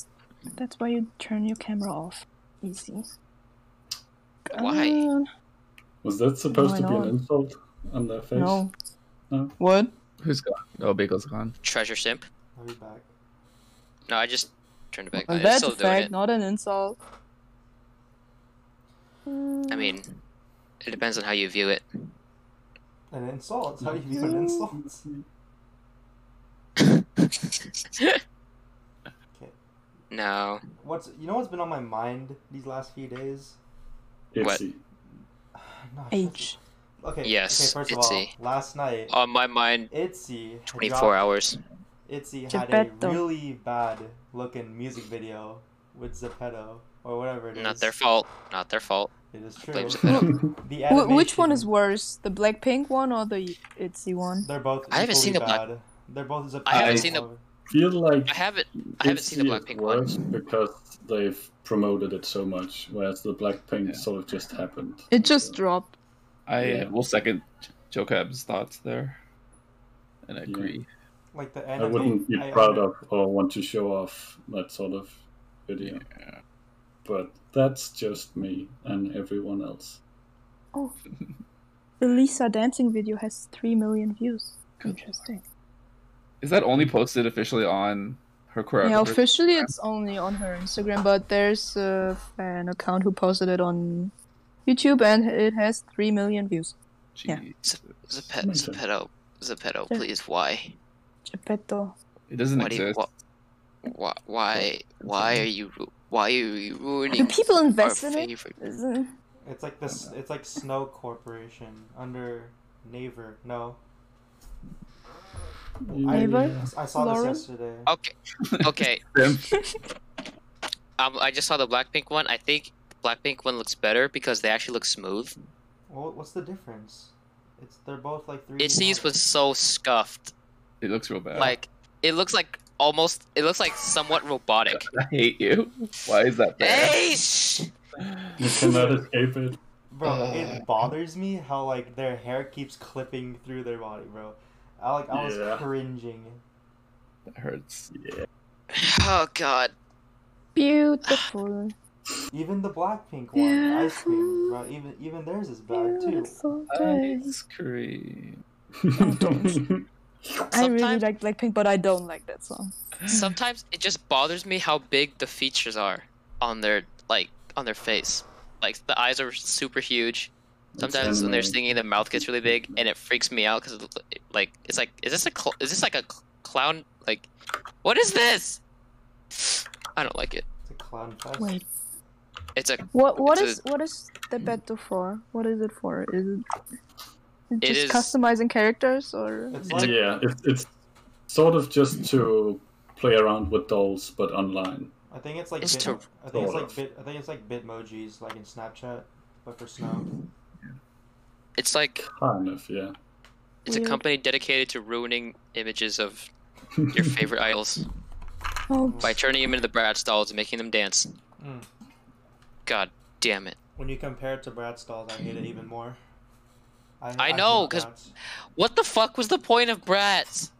S4: That's why you turn your camera off. Easy. Uh,
S2: Why?
S4: God.
S5: Was that supposed
S4: Why
S5: to be an
S4: not?
S5: insult on their face?
S4: No.
S5: No.
S4: What?
S3: Who's gone? Oh, Bagel's gone.
S2: Treasure simp.
S1: I'll be back.
S2: No, I just turned it back.
S4: Well,
S2: on. It's
S4: that's
S2: still
S4: a
S2: doing
S4: fact,
S2: it.
S4: not an insult.
S2: I mean, it depends on how you view it.
S1: An insult. How do you view an insult?
S2: no.
S1: What's you know what's been on my mind these last few days?
S2: What?
S5: Itzy.
S1: No,
S4: H.
S1: Okay.
S2: Yes,
S1: Okay, first
S2: Etsy.
S1: of all, last night
S2: On my mind,
S1: Itzy had
S2: 24
S1: dropped-
S2: hours.
S1: Itzy had
S4: Geppetto.
S1: a really bad looking music video with Zeppetto or whatever it is.
S2: Not their fault. Not their fault.
S1: It is true.
S2: Blame
S1: The
S2: Zeppetto.
S4: Wh- which one
S1: animation-
S4: is worse, the Blackpink one or the Itzy one?
S1: They're both.
S2: I haven't seen
S1: equally
S2: the Black-
S1: bad. They're both Zeppetto.
S2: I
S3: haven't
S2: seen the-
S5: Feel like
S2: I haven't. I haven't seen the
S5: Itzy is
S2: Blackpink one.
S5: worse because they've promoted it so much, whereas the Blackpink sort of just happened.
S4: It just dropped.
S3: I
S5: Yeah.
S3: will second Joe Cab's thoughts there, and I
S5: Yeah.
S3: agree.
S1: Like the
S5: I
S1: anime.
S5: wouldn't be
S1: I-
S5: proud of or want to show off that sort of video. But that's just me and everyone else.
S4: Oh. the Lisa dancing video has 3 million views. Interesting.
S3: Is that only posted officially on her choreographer?
S4: Yeah, officially it's only on her Instagram, but there's uh, an account who posted it on YouTube and it has 3 million views. yeah.
S3: Jeez.
S2: Zeppet-
S5: Amazing.
S2: Zeppetto. Zeppetto,
S4: Yeah.
S2: please. Why?
S4: Geppetto.
S3: It doesn't
S2: Why do you,
S3: exist.
S2: wha- why, why, why are you, ru- why are you
S4: Do
S2: ruining
S4: people
S2: our
S4: invest in it?
S2: favorite?
S4: Isn't-
S1: It's like this. It's like Snow Corporation under Naver. No, I,
S4: Naver?
S1: I saw
S4: Lauren?
S1: this yesterday.
S2: Okay, okay.
S3: Simp.
S2: Um, I just saw the Blackpink one. I think the Blackpink one looks better because they actually look smooth.
S1: Well, what's the difference? It's they're both like three.
S2: Itzy's was so scuffed.
S3: It looks real bad.
S2: Like it looks like almost. It looks like somewhat robotic.
S3: I hate you. Why is that there?
S2: Hey, shh!
S5: You cannot escape it.
S1: Bro,
S4: Uh.
S1: it bothers me how like their hair keeps clipping through their body, bro. I like I was
S5: Yeah.
S1: cringing.
S3: That hurts.
S2: Oh God.
S4: Beautiful.
S1: Even the Blackpink one, Ice Cream, bro. Even even theirs is bad too.
S4: Beautiful day.
S3: Ice cream.
S4: I really
S2: Sometimes-
S4: like Blackpink, but I don't like that song.
S2: Sometimes it just bothers me how big the features are on their like on their face. Like the eyes are super huge. Sometimes when they're singing, the mouth gets really big, and it freaks me out because like it's like is this a cl- is this like a cl- clown like what is this? I don't like it.
S1: It's a clown fest.
S4: Wait.
S2: It's a
S4: What what
S2: It's
S4: is what is the battle for? What is it for? Is it,
S2: It
S4: just
S2: is-
S4: customizing characters or
S1: It's
S2: It's
S1: like
S5: Yeah, it's, it's sort of just to play around with dolls, but online.
S1: I think it's like
S2: It's
S1: bit,
S2: ter-
S1: I think it's
S5: Sort
S1: like
S5: of.
S1: bit I think it's like Bitmojis like in Snapchat, but for snow.
S2: it's like
S5: Kind of, yeah.
S2: it's a
S4: Weird.
S2: company dedicated to ruining images of your favorite idols
S4: oh,
S2: by turning them into the Bratz dolls and making them dance.
S1: Mm.
S2: God damn it!
S1: When you compare it to Bratz dolls, I hate it even more.
S2: I know,
S1: hate
S2: 'cause-
S1: Bratz.
S2: What the fuck was the point of Bratz?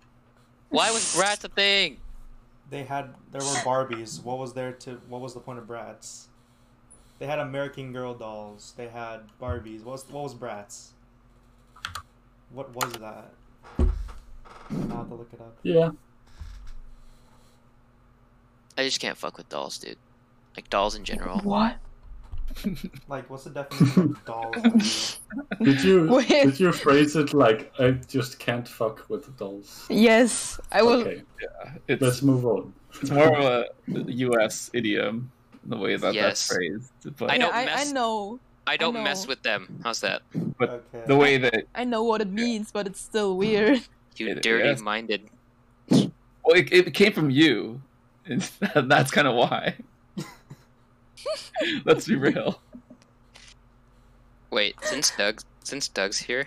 S2: Why was Bratz a thing?
S1: they had there were Barbies. What was there to? What was the point of Bratz? They had American Girl dolls. They had Barbies. What was what was Bratz? What was that? I have to look it up.
S5: Yeah.
S2: I just can't fuck with dolls, dude. Like dolls in general.
S4: what?
S1: Like, what's the definition of dolls? to you?
S5: Did you
S4: Wait.
S5: did you phrase it like I just can't fuck with dolls?
S4: Yes, I will.
S5: Okay, let's
S3: It's,
S5: move on.
S3: it's more of a U.S. idiom in the way that
S2: Yes.
S3: that's phrased, but
S2: I
S4: Yeah,
S2: don't
S4: I,
S2: mess-
S4: I know.
S2: I don't mess
S4: know.
S2: with them. How's that?
S1: Okay.
S3: the way that
S4: I know what it means, but it's still weird.
S2: You
S3: It- yes.
S2: dirty-minded.
S3: well, it, it came from you, and that's kind of why. Let's be real.
S2: Wait, since Doug's since Doug's here,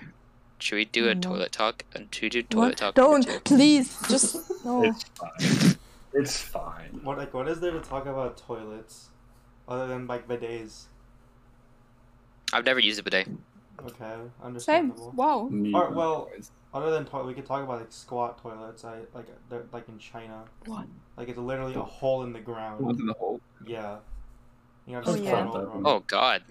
S2: should we do a
S4: No.
S2: toilet talk? Uh, Should we do toilet
S4: Mm-hmm. What?
S2: talk? number
S4: Don't
S2: two?
S4: please just no.
S5: It's fine. It's fine.
S1: What like what is there to talk about toilets, other than like bidets?
S2: I've never used a bidet.
S1: Okay,
S4: Same.
S1: understandable.
S4: Wow.
S5: Neat.
S1: Or, well, other than toilet, we could talk about like squat toilets. I like they're like in China.
S4: What?
S1: Like it's literally a hole in the
S3: One's
S1: ground.
S3: in the hole.
S1: Yeah. You know,
S4: Oh,
S1: just
S4: yeah.
S1: crawl over 'em.
S2: Oh God,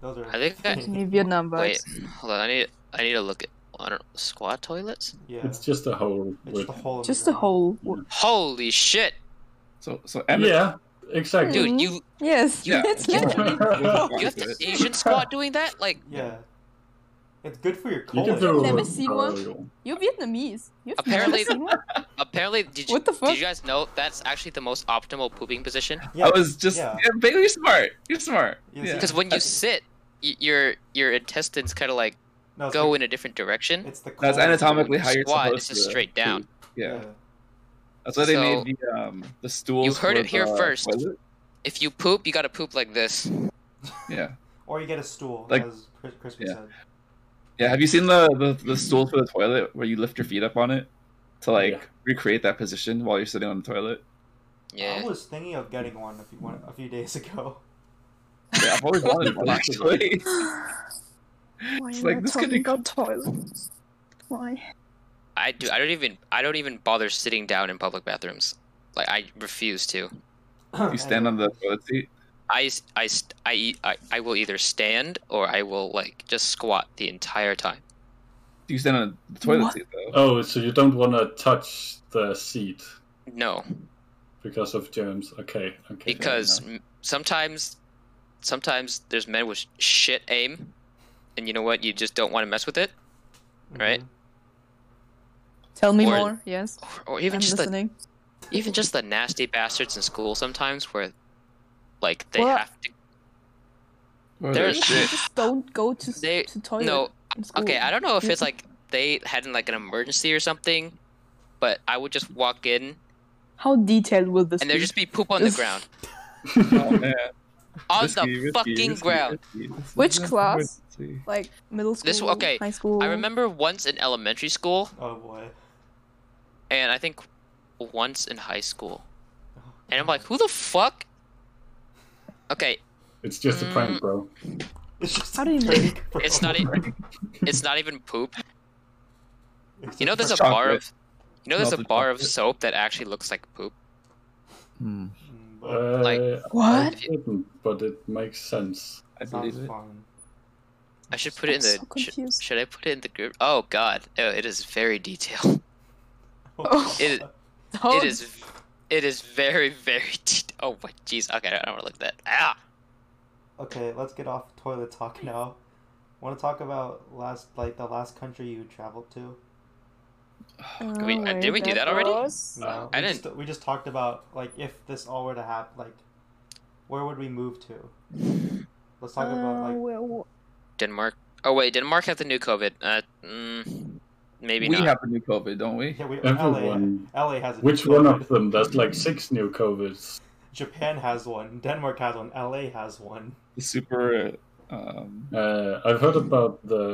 S1: Those are.
S2: I think I-
S4: It's me Vietnam vibes.
S2: wait, hold on. I need I need to look at I don't squat toilets.
S1: yeah.
S5: It's just a hole.
S1: It's
S5: With...
S1: just a hole. In
S4: Just
S1: the
S4: a
S1: ground.
S4: hole.
S2: Holy shit,
S3: So, so Emmett.
S5: Yeah, exactly.
S2: dude!
S4: Mhm.
S2: You
S4: Yes.
S3: Yeah.
S4: it's literally.
S2: you have the Asian squad doing that? Like
S1: Yeah. It's good for your
S5: You
S1: colon.
S5: can do
S4: Never
S5: a
S4: seen one.
S5: hole.
S4: You're Vietnamese. You've never
S2: Apparently-
S4: seen one?
S2: apparently, did you
S4: What the fuck?
S2: did you guys know that's actually the most optimal pooping position?
S1: Yeah.
S3: I was just
S1: Yeah.
S3: yeah. Bailey, you're smart. You're smart.
S1: Yes,
S3: Yeah.
S2: Because when you sit, y- your your intestines kind of like
S1: No, it's
S2: go
S1: the-
S2: in a different direction.
S1: It's the colon.
S3: That's anatomically how you're
S2: Squat,
S3: supposed
S2: it's
S3: to.
S2: just straight down.
S3: poop. Yeah. that's why they
S2: So-
S3: made the um the stools.
S2: You heard
S3: for
S2: it here
S3: the
S2: first.
S3: toilet.
S2: If you poop, you gotta poop like this.
S3: Yeah,
S1: Or you get a stool,
S3: Like-
S1: as Chris Crispin
S3: Yeah.
S1: said.
S3: yeah. Have you seen the, the the stool for the toilet where you lift your feet up on it to like
S5: Yeah.
S3: recreate that position while you're sitting on the toilet?
S2: Yeah.
S1: I was thinking of getting one a few, one, a few days ago.
S3: Yeah, I've always wanted one actually. It's like this could be
S4: got toilet. Why?
S2: I do. I don't even. I don't even bother sitting down in public bathrooms. Like I refuse to.
S3: You stand on the toilet seat.
S2: I s- I st- I e- I- I will either stand or I will like just squat the entire time.
S3: You stand on the toilet
S4: What?
S3: seat though.
S5: Oh, so you don't want to touch the seat
S2: No,
S5: because of germs? Okay, okay.
S2: because m- sometimes, sometimes there's men with shit aim, and you know what? You just don't want to mess with it, right?
S4: Tell me
S2: Or-
S4: more. Yes.
S2: Or, or even
S4: I'm
S2: just the
S4: listening.
S2: even just the nasty bastards in school sometimes where, like they
S4: Well,
S2: have to.
S3: Or
S2: There's-
S3: there's
S4: People
S3: shit.
S4: just don't go to
S2: They-
S4: to
S3: oh,
S4: toilet.
S2: No,
S4: in school.
S2: Okay, I don't know if
S4: Yeah.
S2: it's like they had like an emergency or something, but I would just walk in
S4: How detailed will this
S2: and
S4: be?
S2: there'd just be poop on the
S4: This-
S2: ground.
S3: Oh, man.
S2: On
S3: Risky, risky,
S2: the fucking
S3: risky,
S2: ground.
S3: risky. This is
S4: Which
S3: an
S4: class?
S3: emergency.
S4: Like middle school,
S2: This- okay,
S4: high school.
S2: I remember once in elementary school
S1: Oh boy.
S2: and I think once in high school. And I'm like, who the fuck? Okay,
S5: It's just a
S2: Mm.
S5: prank, bro.
S1: It's just
S4: How do you
S1: drink, bro.
S2: it's not e- it's not even poop.
S1: It's
S2: You know there's a
S1: just-
S2: bar of you know there's a
S3: Melted
S2: bar of
S3: chocolate.
S2: soap that actually looks like poop.
S3: Hmm.
S1: Mm, but
S5: Uh,
S2: Like-
S5: I
S4: What?
S5: didn't, but it makes sense.
S3: I
S1: sounds
S3: believe it.
S1: fun.
S2: I should put it in
S4: I'm
S2: the
S4: so
S2: sh-
S4: confused.
S2: should I put it in the group? Oh god. Oh, it is very detailed.
S4: Oh.
S2: It-
S4: Oh,
S2: It is. It is very, very. De- oh my jeez. Okay, I don't want to look at that. Ah.
S1: Okay, let's get off toilet talk now. Want to talk about last, like the last country you traveled to?
S4: uh,
S2: we- uh, did
S4: where
S2: we do that already?
S3: Uh,
S4: was-
S1: No,
S2: I
S1: we Just, we just talked about like if this all were to happen, like where would we move to? Let's talk about
S4: Uh,
S1: like
S4: where wa-
S2: Denmark. Oh wait, Denmark had the new COVID. Uh, mm, maybe
S3: we
S2: not.
S3: have a new COVID, don't
S4: Uh,
S3: we?
S1: Oh, yeah, we,
S5: Everyone.
S1: LA, LA has a
S5: Which
S1: new
S5: one
S1: COVID.
S5: of them? There's like six new COVIDs.
S1: Japan has one. Denmark has one. LA has one.
S3: The super. uh, Um,
S5: Uh, I've heard about the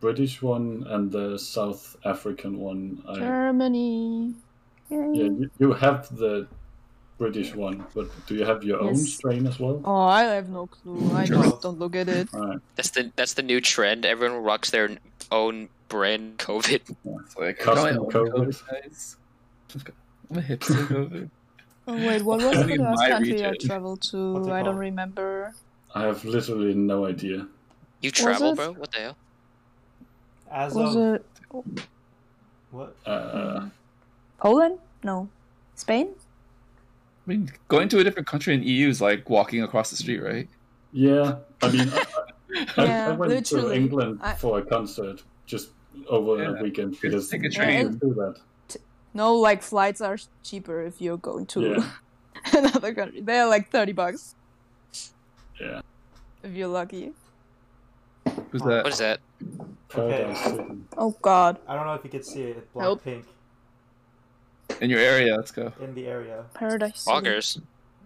S5: British one and the South African one. I, yeah,
S4: Germany. Yay.
S5: you, you have the British one, but do you have your own
S4: Yes.
S5: strain as well?
S4: Oh, I have no clue. I
S1: Sure.
S4: just don't look at it.
S2: That's the that's the new trend. Everyone rocks their own brand COVID.
S3: it's like
S5: Custom
S3: I don't know,
S5: COVID.
S3: guys. I'm a hipster COVID.
S4: Oh, wait, what was
S3: I
S4: the
S3: mean,
S4: last
S3: my
S4: country I
S3: region.
S4: traveled
S1: What's it
S4: to? I don't
S1: called?
S4: remember.
S5: I have literally no idea.
S2: You travel,
S4: it?
S2: bro? What the hell?
S1: As
S4: Was
S1: of
S4: it
S1: what?
S2: Hmm.
S5: Uh,
S4: Poland? No. Spain?
S3: I mean, going to a different country in EU is like walking across the street, right?
S5: yeah, I mean, I, I, I
S4: Yeah,
S5: went to
S4: literally.
S5: England
S4: I-
S5: for a concert just over
S3: Yeah.
S5: a weekend
S3: You
S5: because
S3: just take a
S5: you
S3: train.
S5: can do that.
S4: No, like flights are cheaper if you're going to
S5: Yeah.
S4: another country. They're like 30 bucks
S5: Yeah,
S4: if you're lucky.
S3: Who's that?
S2: What is that?
S5: Paradise City.
S4: Oh god.
S1: I don't know if you could see it. It's black
S4: Nope.
S1: pink
S3: In your area, let's go.
S1: in the area.
S4: Paradise. City.
S2: Loggers.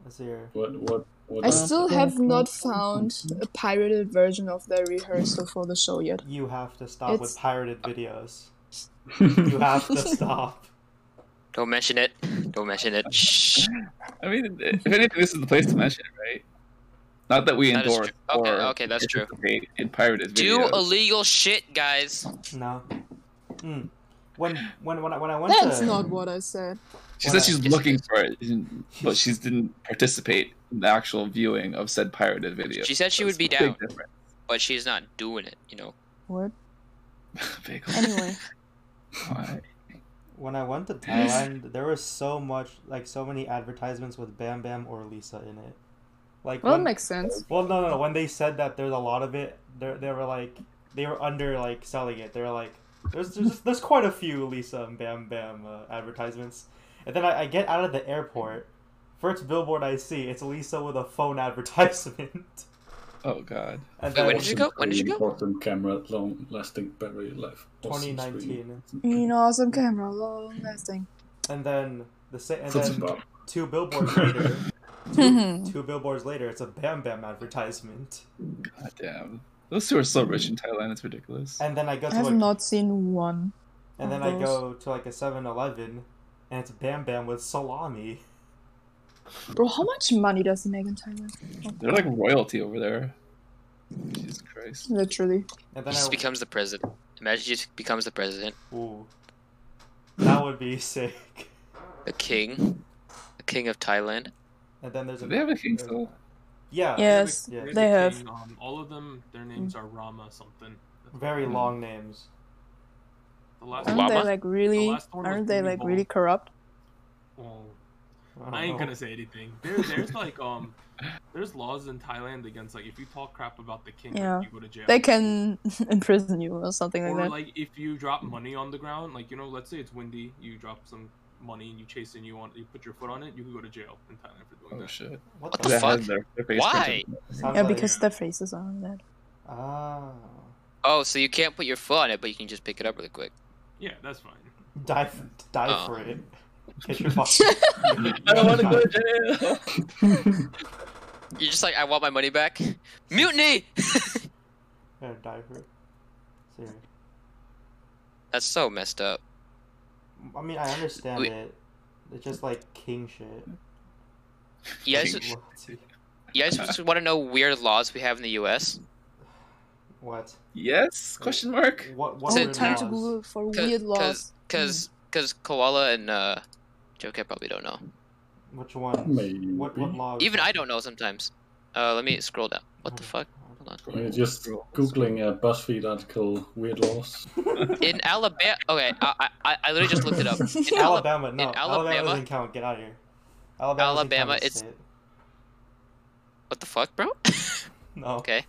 S1: It's here.
S5: What? What? what
S4: I
S3: Uh,
S5: is-
S4: still have not found a pirated version of their rehearsal for the show yet.
S1: You have to stop with
S4: It's-
S1: pirated videos. You have to stop.
S2: Don't mention it. Don't mention it. Shh.
S3: I mean, if anything, this is the place to mention it, right? Not that we
S2: That is
S3: endorse.
S2: true. Okay,
S3: or
S2: okay, that's true.
S3: participate In pirated
S2: Do
S3: videos.
S2: illegal shit, guys.
S1: No. Mm. When when when I, when I went
S4: That's
S1: to
S4: not what I said.
S3: She said she's
S2: Yes,
S3: looking
S2: yes.
S3: for it, and- but she didn't participate in the actual viewing of said pirated video.
S2: She said she would be
S3: That's a
S2: down,
S3: big difference.
S2: but she's not doing it. You know.
S4: What?
S3: Big
S4: Anyway,
S3: why?
S1: when I went to Thailand, there was so much like so many advertisements with Bam Bam or Lisa in it. Like
S4: well, it
S1: when-
S4: makes sense.
S1: Well, no, no, no. When they said that there's a lot of it, they they were like they were under like selling it. They were like, there's there's, there's quite a few Lisa and Bam Bam uh, advertisements. And then I, I get out of the airport. First billboard I see, it's Lisa with a phone advertisement.
S3: Oh god.
S1: And
S2: Wait,
S1: then
S2: when did you go? When did you go?
S5: Bottom camera, long lasting battery life. awesome
S1: 2019,
S5: screen.
S4: In awesome camera, long lasting.
S1: and then the sa- and
S5: That's
S1: then
S5: about-
S1: two billboards later,
S4: Mhm.
S1: two billboards later, it's a Bam Bam advertisement.
S3: God damn. Those two are so rich in Thailand. It's ridiculous.
S1: And then I go
S4: I
S1: to
S4: have
S1: like,
S4: not seen one.
S1: and then
S4: of
S1: I
S4: those.
S1: go to like a 7-Eleven, and it's Bam Bam with salami.
S4: Bro, how much money does he make in Thailand?
S3: They're like royalty over there. Jesus Christ.
S4: Literally.
S1: And
S2: He
S1: then
S2: just
S1: I
S2: becomes the president. Imagine he just becomes the president,
S1: Ooh. That would be sick.
S2: the king, the king of Thailand.
S1: And then there's
S3: Do
S1: a
S3: they have a king still?
S1: Yeah.
S4: Yeah.
S6: They're the-
S4: Yes,
S6: they're the
S4: they have.
S6: king, um, all of them, their names are Rama something.
S1: Very
S3: Mm.
S1: long names.
S6: The last,
S4: Aren't
S2: Llama?
S4: they like really?
S6: last one was
S4: Aren't they
S6: really
S4: like
S6: bold.
S4: really corrupt?
S6: well,
S1: don't
S6: I ain't
S1: know.
S6: gonna say anything. There, there's like um, there's laws in Thailand against like if you talk crap about the king, like,
S4: Yeah.
S6: you go to jail.
S4: They can imprison you or something like
S6: Or
S4: that.
S6: like if you drop money on the ground, like you know, let's say it's windy, you drop some money and you chase and you want you put your foot on it, you could go to jail in Thailand for doing
S3: Oh
S6: that.
S3: shit.
S1: What,
S2: What
S1: the
S2: the
S3: That
S1: fuck?
S2: fuck?
S3: has their- their face
S2: Why?
S3: printed.
S1: Sounds
S4: Yeah,
S1: like-
S4: because their faces aren't that.
S1: Ah.
S2: Oh, so you can't put your foot on it, but you can just pick it up really quick.
S6: Yeah, that's fine.
S1: Die, f- die
S2: Oh.
S1: for it. Get your box. I
S3: to jail.
S2: You're just like, I want my money back. Mutiny!
S1: Yeah, die for it. Seriously.
S2: That's so messed up.
S1: I mean, I understand
S2: We-
S1: it. It's just like king shit.
S2: You guys,
S3: King.
S1: What?
S2: you guys just want to know weird laws we have in the U.S.
S1: What?
S3: Yes? Question mark.
S1: What? what
S4: Oh,
S2: So-
S1: were
S4: time to
S1: laws?
S4: Google for
S2: Cause,
S4: weird laws.
S2: Cause, cause, 'cause koala and uh, Joker probably don't know.
S1: Which one?
S5: Maybe.
S1: What, what law?
S2: Even I don't know sometimes. Uh, let me scroll down. What the
S1: Oh,
S2: fuck?
S1: God.
S2: Hold
S5: I mean, just googling a BuzzFeed article, weird laws.
S2: on. In Alabama, okay, I, I, I literally just looked it up. In Alabama,
S1: Alabama, no. Alabama
S2: Alabama-
S1: doesn't count. Get out of here. Alabama, doesn't
S2: Alabama,
S1: count as
S2: it's-
S1: state.
S2: what the fuck, bro?
S1: no.
S2: okay.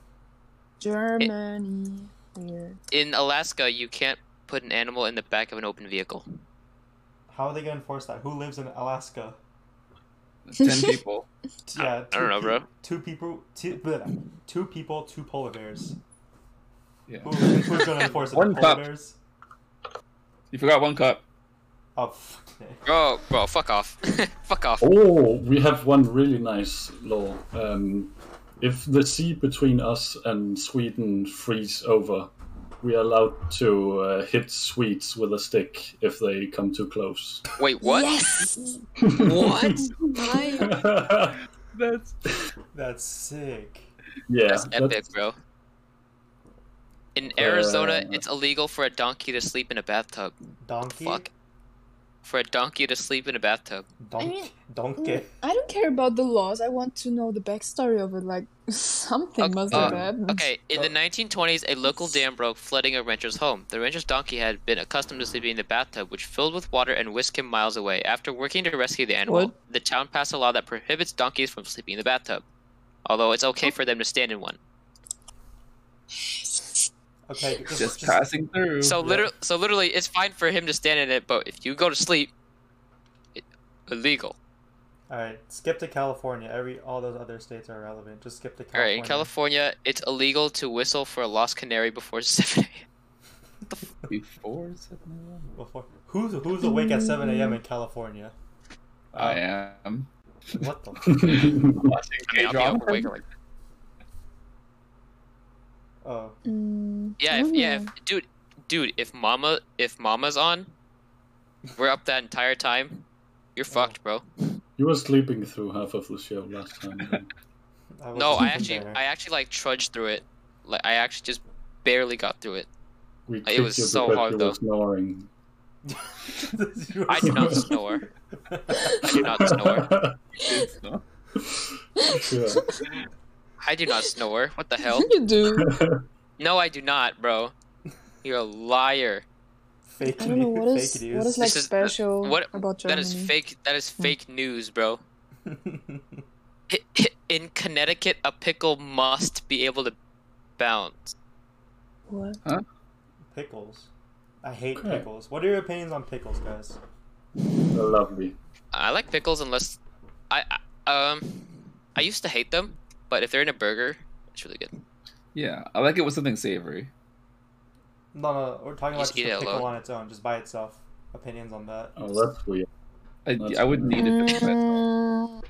S4: Germany. Weird.
S2: In Alaska, you can't put an animal in the back of an open vehicle.
S1: How are they gonna enforce that? Who lives in Alaska?
S3: Ten people.
S1: T- Yeah,
S2: I don't know, bro.
S1: Two people, two, bleh, two people, two polar bears.
S3: Yeah.
S1: Who, who's gonna enforce it?
S3: One
S1: the polar
S3: cup.
S1: bears?
S3: You forgot one cup.
S1: Oh, fuck it.
S2: Bro, Oh, bro, fuck off. fuck off.
S5: Oh, we have one really nice law. Um, if the sea between us and Sweden freeze over, we are allowed to uh, hit Swedes with a stick if they come too close.
S2: Wait, what?
S4: Yes.
S2: What?
S3: That's
S1: that's sick.
S5: yeah,
S2: That's epic,
S5: that's-
S2: bro. In
S5: Uh,
S2: Arizona, it's illegal for a donkey to sleep in a bathtub.
S1: Donkey,
S2: Fuck. For a donkey to sleep in a bathtub.
S1: donkey,
S4: mean-
S1: donkey.
S4: I don't care about the laws. I want to know the backstory of it. Like something
S2: Okay,
S4: must
S2: uh,
S4: have happened.
S2: Okay, in the 1920s, a local dam broke, flooding a rancher's home. The rancher's donkey had been accustomed to sleeping in the bathtub, which filled with water and whisked him miles away. After working to rescue the animal, the town passed a law that prohibits donkeys from sleeping in the bathtub, although it's okay for them to stand in one.
S1: Okay, just,
S3: just
S1: just-
S3: passing through.
S2: So
S1: Yeah.
S2: literally, so literally, it's fine for him to stand in it, but if you go to sleep, it, illegal.
S1: all right. Skip to California. Every all those other states are irrelevant. Just skip to
S2: All right,
S1: California.
S2: in California, it's illegal to whistle for a lost canary before seven. a.m.
S3: before 7
S1: Before, who's who's awake at seven a.m. in California?
S2: Oh.
S1: Uh,
S3: I am.
S1: What the? Fuck?
S3: Watching
S2: I mean, I'll be
S3: K-drama.
S2: up awake at, like-
S1: Oh,
S4: Mm, I
S2: yeah, if,
S4: don't
S2: yeah,
S4: know.
S2: if, dude, dude, if mama, if mama's on, we're up that entire time. You're fucked, bro.
S5: you were sleeping through half of the show last time.
S1: was
S2: No,
S1: just
S2: I
S1: in
S2: actually,
S1: there.
S2: I actually like trudged through it. Like I actually just barely got through it.
S5: We
S2: It
S5: kicked
S2: was
S5: you
S2: so
S5: because
S2: hard,
S5: you
S2: though.
S5: were snoring.
S1: You
S2: I do not snore. I do not snore. I do not snore. What the hell?
S4: you do.
S2: No, I do not, bro. You're a liar.
S1: Fake
S4: I don't know
S1: news-
S4: what is
S1: fake
S4: what
S1: news.
S4: is like
S2: This is- uh,
S4: special
S2: what-
S4: about
S2: That
S4: Germany.
S2: is fake. That is fake news, bro. In Connecticut, a pickle must be able to bounce.
S4: What?
S1: pickles. I hate
S5: Okay.
S1: pickles. What are your opinions on pickles, guys?
S5: They're lovely.
S2: I like pickles unless I, I um I used to hate them, but if they're in a burger, it's really good.
S3: Yeah, I like it with something savory.
S1: No, no, we're talking about
S2: Just
S1: just
S2: eat
S1: a
S2: it
S1: pickle on
S2: alone.
S1: its own, just by itself. Opinions on that?
S5: Oh, that's weird.
S3: I,
S5: That's
S3: I wouldn't need it. for that.
S4: Mm,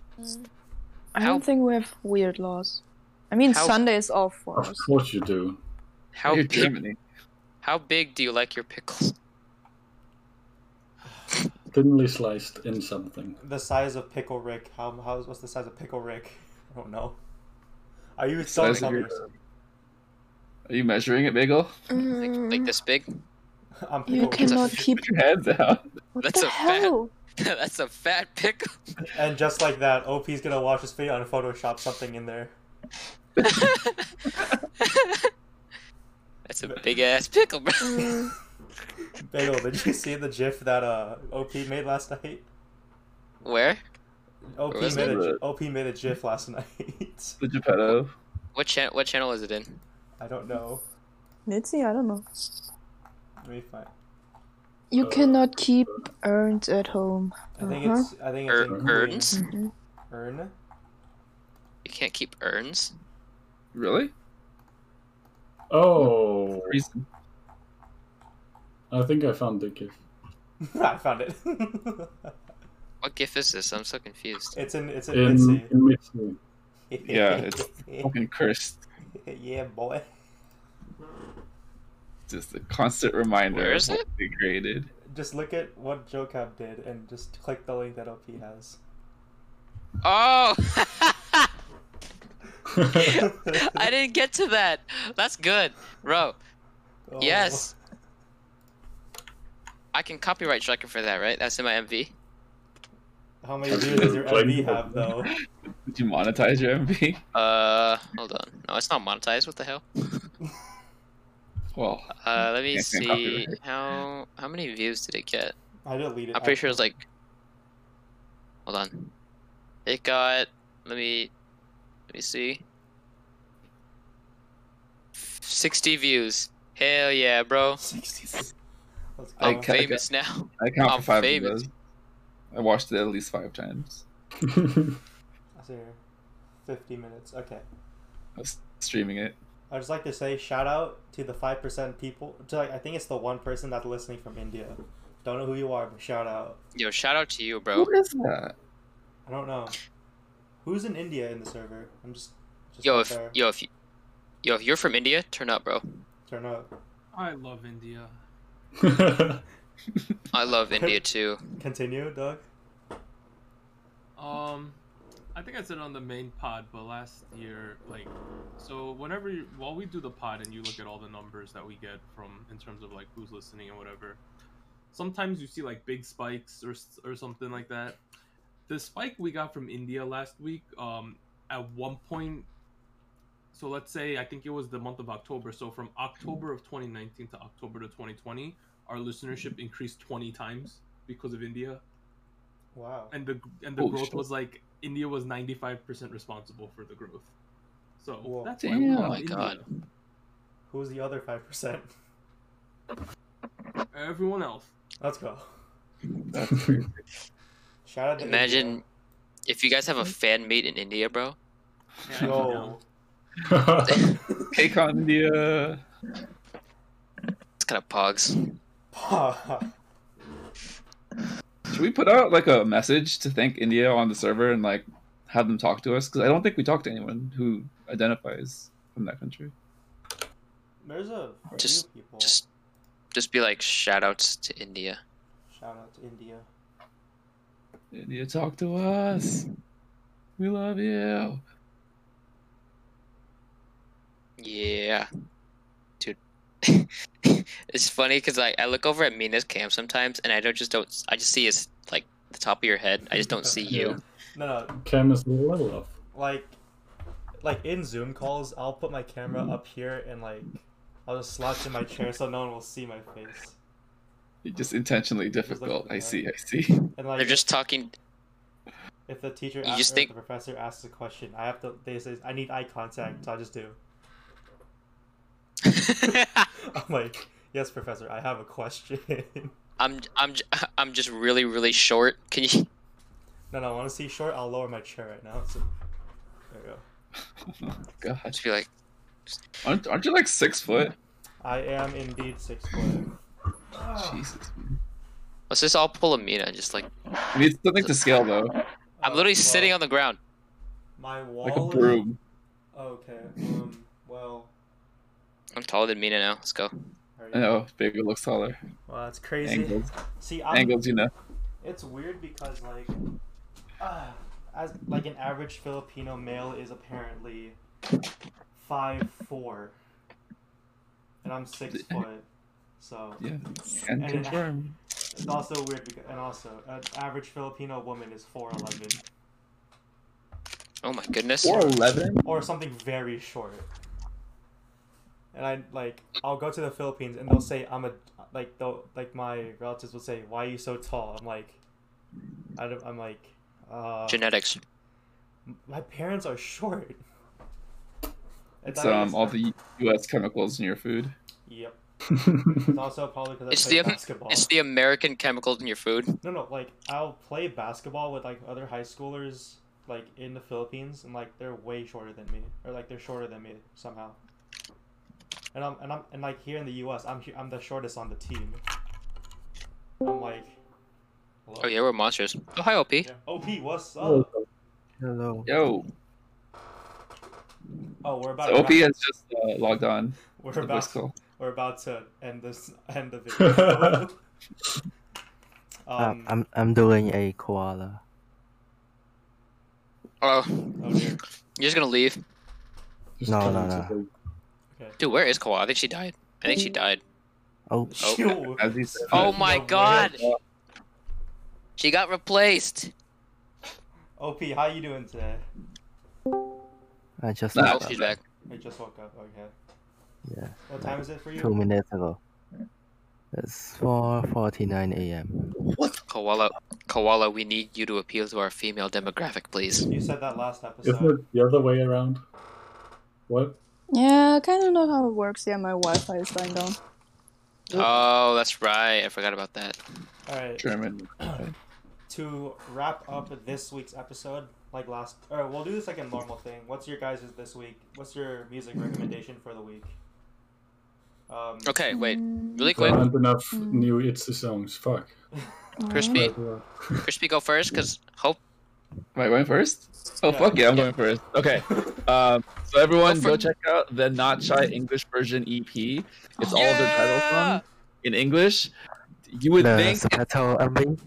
S4: I
S2: How-
S4: don't think we have weird laws. I mean,
S2: How-
S4: Sunday is off for
S5: Of
S4: us.
S5: course you do.
S2: How
S3: You're
S2: big?
S3: Germany.
S2: How big do you like your pickles?
S5: Thinly sliced in something.
S1: The size of pickle Rick. How how's what's the size of pickle Rick? I don't know. Are you so
S3: Size of your-
S1: hungry?
S3: Are you measuring it, Bagel?
S2: Like, like this big?
S1: I'm pickle
S4: Mm-hmm. you
S1: Rick.
S4: cannot
S2: It's a-
S4: keep.
S3: Put your hands out.
S4: What
S2: That's
S4: the
S2: a fat-
S4: hell?
S2: That's a fat pickle.
S1: And just like that, OP's gonna watch this video and Photoshop something in there.
S2: That's a big ass pickle, bro.
S4: Mm,
S1: Bagel, did you see the GIF that uh OP made last night?
S2: Where?
S1: OP
S2: was
S1: made
S3: it?
S1: a OP made a GIF last night.
S3: The Geppetto.
S2: What channel? What channel is it in?
S1: I don't know.
S4: Nitzy, I don't know.
S1: Let me find.
S4: You
S5: Uh,
S4: cannot keep urns at home.
S1: I think
S4: Uh-huh.
S1: it's I think it's in
S2: Ur-
S1: green.
S2: urns?
S4: Mhm.
S1: Urn.
S2: You can't keep urns.
S3: Really?
S5: Oh,
S3: Reason.
S5: I think I found the gift.
S1: I found it.
S2: What gif is this? I'm so confused.
S1: it's in it's in,
S5: In, in Mitsu.
S1: Etsy.
S3: Yeah, it's- Fucking cursed.
S1: yeah, boy.
S3: Just a constant reminder.
S2: Where
S3: of
S2: is
S3: what
S2: it?
S3: we created.
S1: Just look at what JoCab did and just click the link that OP has.
S2: Oh! I didn't get to that. That's good, bro.
S1: Oh.
S2: Yes. I can copyright strike him for that, right? That's in my MV.
S1: Oh, How many views does your MV have though?
S3: Did you monetize your MV?
S2: Uh, hold on. No, it's not monetized. What the hell?
S3: Well,
S2: Uh, let me
S3: Can't claim
S2: see
S3: copyright.
S2: how how many views did it get.
S1: I deleted.
S2: I'm pretty sure it was like. Hold on. It got. Let me. Let me see. 60 views. Hell yeah, bro.
S1: sixty. Let's go.
S3: I
S2: I'm
S3: ca-
S2: famous now.
S3: I count
S2: I'm
S3: for five
S2: famous.
S3: of those. I watched it at least five times.
S1: Let's see here. Fifty minutes. Okay.
S3: I was streaming it.
S1: I'd just like to say shout out to the five percent people. To like, I think it's the one person that's listening from India. Don't know who you are, but shout out.
S2: Yo, shout out to you, bro.
S3: What is that?
S1: I don't know. Who's in India in the server? I'm just. just
S2: Yo,
S1: out
S2: if
S1: there.
S2: yo if you, yo if you're from India, turn up, bro.
S1: Turn up.
S6: I love India.
S2: I love India too.
S1: Continue, Doug.
S6: Um, I think I said it on the main pod, but last year, like, so whenever you, while we do the pod and you look at all the numbers that we get from in terms of like who's listening and whatever, sometimes you see like big spikes or s- or something like that. The spike we got from India last week, um, at one point. So let's say I think it was the month of October. So from October of 2019 to October to 2020, our listenership increased 20 times because of India
S1: Wow.
S6: and the and the
S3: Holy
S6: growth
S3: shit.
S6: was like India was ninety five percent responsible for the growth. So
S1: Whoa.
S6: that's why we
S3: Damn.
S6: love
S2: Oh my
S6: India.
S2: god.
S1: Who's the other five percent?
S6: Everyone else,
S1: Let's go.
S3: That's crazy.
S1: Shout out. To
S2: Imagine if you guys have a fan meet in India, bro.
S1: India. Yo.
S3: Cake on India.
S2: It's kind of pogs.
S3: Should we put out like a message to thank India on the server and like have them talk to us? Because I don't think we talked to anyone who identifies from that country.
S1: There's a few
S2: Just-
S1: people.
S2: Just just be like shout outs to India.
S1: Shout out to India.
S3: India, talk to us. We love you.
S2: Yeah, dude. it's funny because I, I look over at Mina's cam sometimes, and I don't just don't I just see his like the top of your head. I just don't see you.
S1: No, no,
S5: Cam is a little off.
S1: like, like in Zoom calls, I'll put my camera up here and like, I'll just slouch in my chair so no one will see my face.
S3: You're just intentionally difficult. I
S1: that.
S3: see. I see.
S1: And like,
S2: They're just talking.
S1: if the teacher
S2: you
S1: asks,
S2: just
S1: or
S2: think-
S1: if the professor asks a question, I have to. They say I need eye contact, so I just do. I'm like, yes, professor, I have a question.
S2: I'm I'm j- I'm just really really short. Can you?
S1: no, no, I want to see short. I'll lower my chair right now. So, there you go.
S3: God,
S2: Just be like,
S3: Oh aren't, aren't you like six foot?
S1: I am indeed six foot.
S3: Oh. Jesus. Man.
S2: let's just all pull a Mina and just like
S3: I mean, it's something to scale though,
S2: I'm
S1: Uh,
S2: literally
S1: well,
S2: sitting on the ground.
S1: my wall.
S3: like a
S1: is-
S3: broom.
S1: Okay. Um. Well.
S2: I'm taller than Mina now. Let's go.
S1: there you
S3: I know, bigger looks taller.
S1: Well, that's crazy.
S3: Angles,
S1: See, I'm,
S3: angles, you know.
S1: it's weird because like, uh, as like an average Filipino male is apparently five four, and I'm six foot. So
S3: Yeah, and
S1: And-
S3: confirm.
S1: it's also weird because, and also an average Filipino woman is four eleven
S2: Oh my goodness.
S3: Four eleven.
S1: or something very short. And I like I'll go to the Philippines and they'll say I'm a like they'll like my relatives will say why are you so tall? I'm like I don't, I'm like uh,
S2: Genetics.
S1: my parents are short. And
S3: It's
S1: that
S3: um
S1: is-
S3: all the U.S. chemicals in your food.
S1: yep. It's also probably because I
S2: It's
S1: play
S2: the-
S1: basketball.
S2: It's the American chemicals in your food.
S1: No, no, like I'll play basketball with like other high schoolers like in the Philippines, and like they're way shorter than me, or like they're shorter than me somehow. And I'm and I'm and like here in the U.S., I'm hu- I'm the shortest on the team. I'm like, hello?
S2: Oh yeah, we're monsters. Oh hi OP.
S1: Yeah. OP, what's
S5: Oh,
S1: up?
S7: Hello.
S3: Yo,
S1: Oh, we're about
S3: so
S1: to
S3: OP
S1: wrap-
S3: has just uh, logged on. to
S1: we're
S3: the
S1: about
S3: voice call.
S1: we're about to end this end the video.
S7: Uh,
S1: um,
S7: Ah, I'm I'm doing a koala.
S2: Oh,
S1: oh dear.
S2: you're just gonna leave,
S5: Just
S7: No,
S5: come
S7: no,
S5: into the-
S2: dude. Where is Kawa? I think she died. I think she died.
S7: Oh,
S2: Oh.
S1: Yo,
S3: As he said,
S2: Oh
S1: Good
S2: my
S1: lord.
S2: god. She got replaced.
S1: OP, how you doing today?
S7: I just
S3: No.
S2: Oh,
S7: woke
S2: she's
S7: up.
S2: back.
S1: I just woke up. Okay.
S7: yeah,
S1: What time is it for you?
S7: two minutes ago. It's four forty nine a.m.
S2: Koala, koala, we need you to appeal to our female demographic, please.
S1: You said that last
S5: Isn't
S1: episode.
S5: it the other way around? What?
S4: Yeah, I kind of know how it works. Yeah, my Wi-Fi is dying down.
S2: Oh, that's right. I forgot about that.
S1: All right.
S3: German.
S1: To wrap up this week's episode, like last, or we'll do this like a normal thing. What's your guys' this week? What's your music recommendation for the week? Um,
S2: Okay, wait.
S4: Mm,
S2: Really
S5: There
S2: quick,
S5: aren't enough new Itzy songs. Fuck.
S2: crispy,
S5: Everyone-
S2: crispy, go first, cause hope.
S3: Am I going first? Oh
S1: Yeah.
S3: fuck yeah, I'm going first. Okay. Um, so everyone,
S2: Go
S3: go,
S2: for-
S3: check out the Not Shy English version EP. It's all of their title songs in English. You would
S7: The uh,
S3: think
S7: Seattle Army.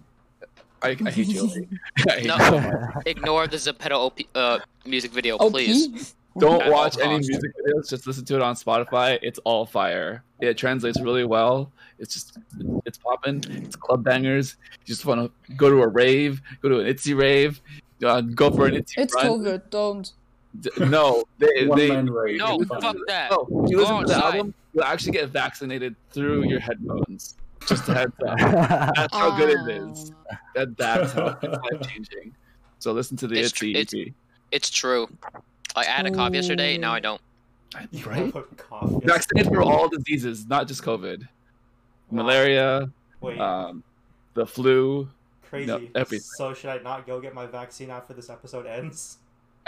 S3: I, I hate you. Ollie. I hate
S2: No.
S3: you.
S2: Ignore the Zepeto OP, uh, music video,
S4: OP.
S2: please.
S3: Don't
S2: At all
S3: watch any
S2: costs.
S3: music videos. Just listen to it on Spotify. It's all fire. It translates really well. It's just it's popping. It's club bangers. You just want to go to a rave, go to an Itzy rave, uh, go for an Itzy
S4: It's
S3: run.
S4: COVID. Don't.
S3: D- No, they,
S5: One
S3: they
S5: man raid.
S2: No,
S5: Fuck
S2: fuck
S5: it.
S2: that.
S3: No, if you listen to the
S2: outside.
S3: album, you'll actually get vaccinated through your headphones. Just a heads up. That's how good it
S4: Oh.
S3: is. That, that's how it's life changing. So listen to the
S2: It's
S3: it's,
S2: tr- it's- It's true. I had a copy yesterday, now I don't.
S1: you
S3: Right?
S1: have a cough. Yes.
S3: Vaccinated for all diseases, not just COVID.
S1: Wow.
S3: Malaria,
S1: Wait,
S3: um, the flu.
S1: crazy.
S3: no, everything.
S1: So should I not go get my vaccine after this episode ends?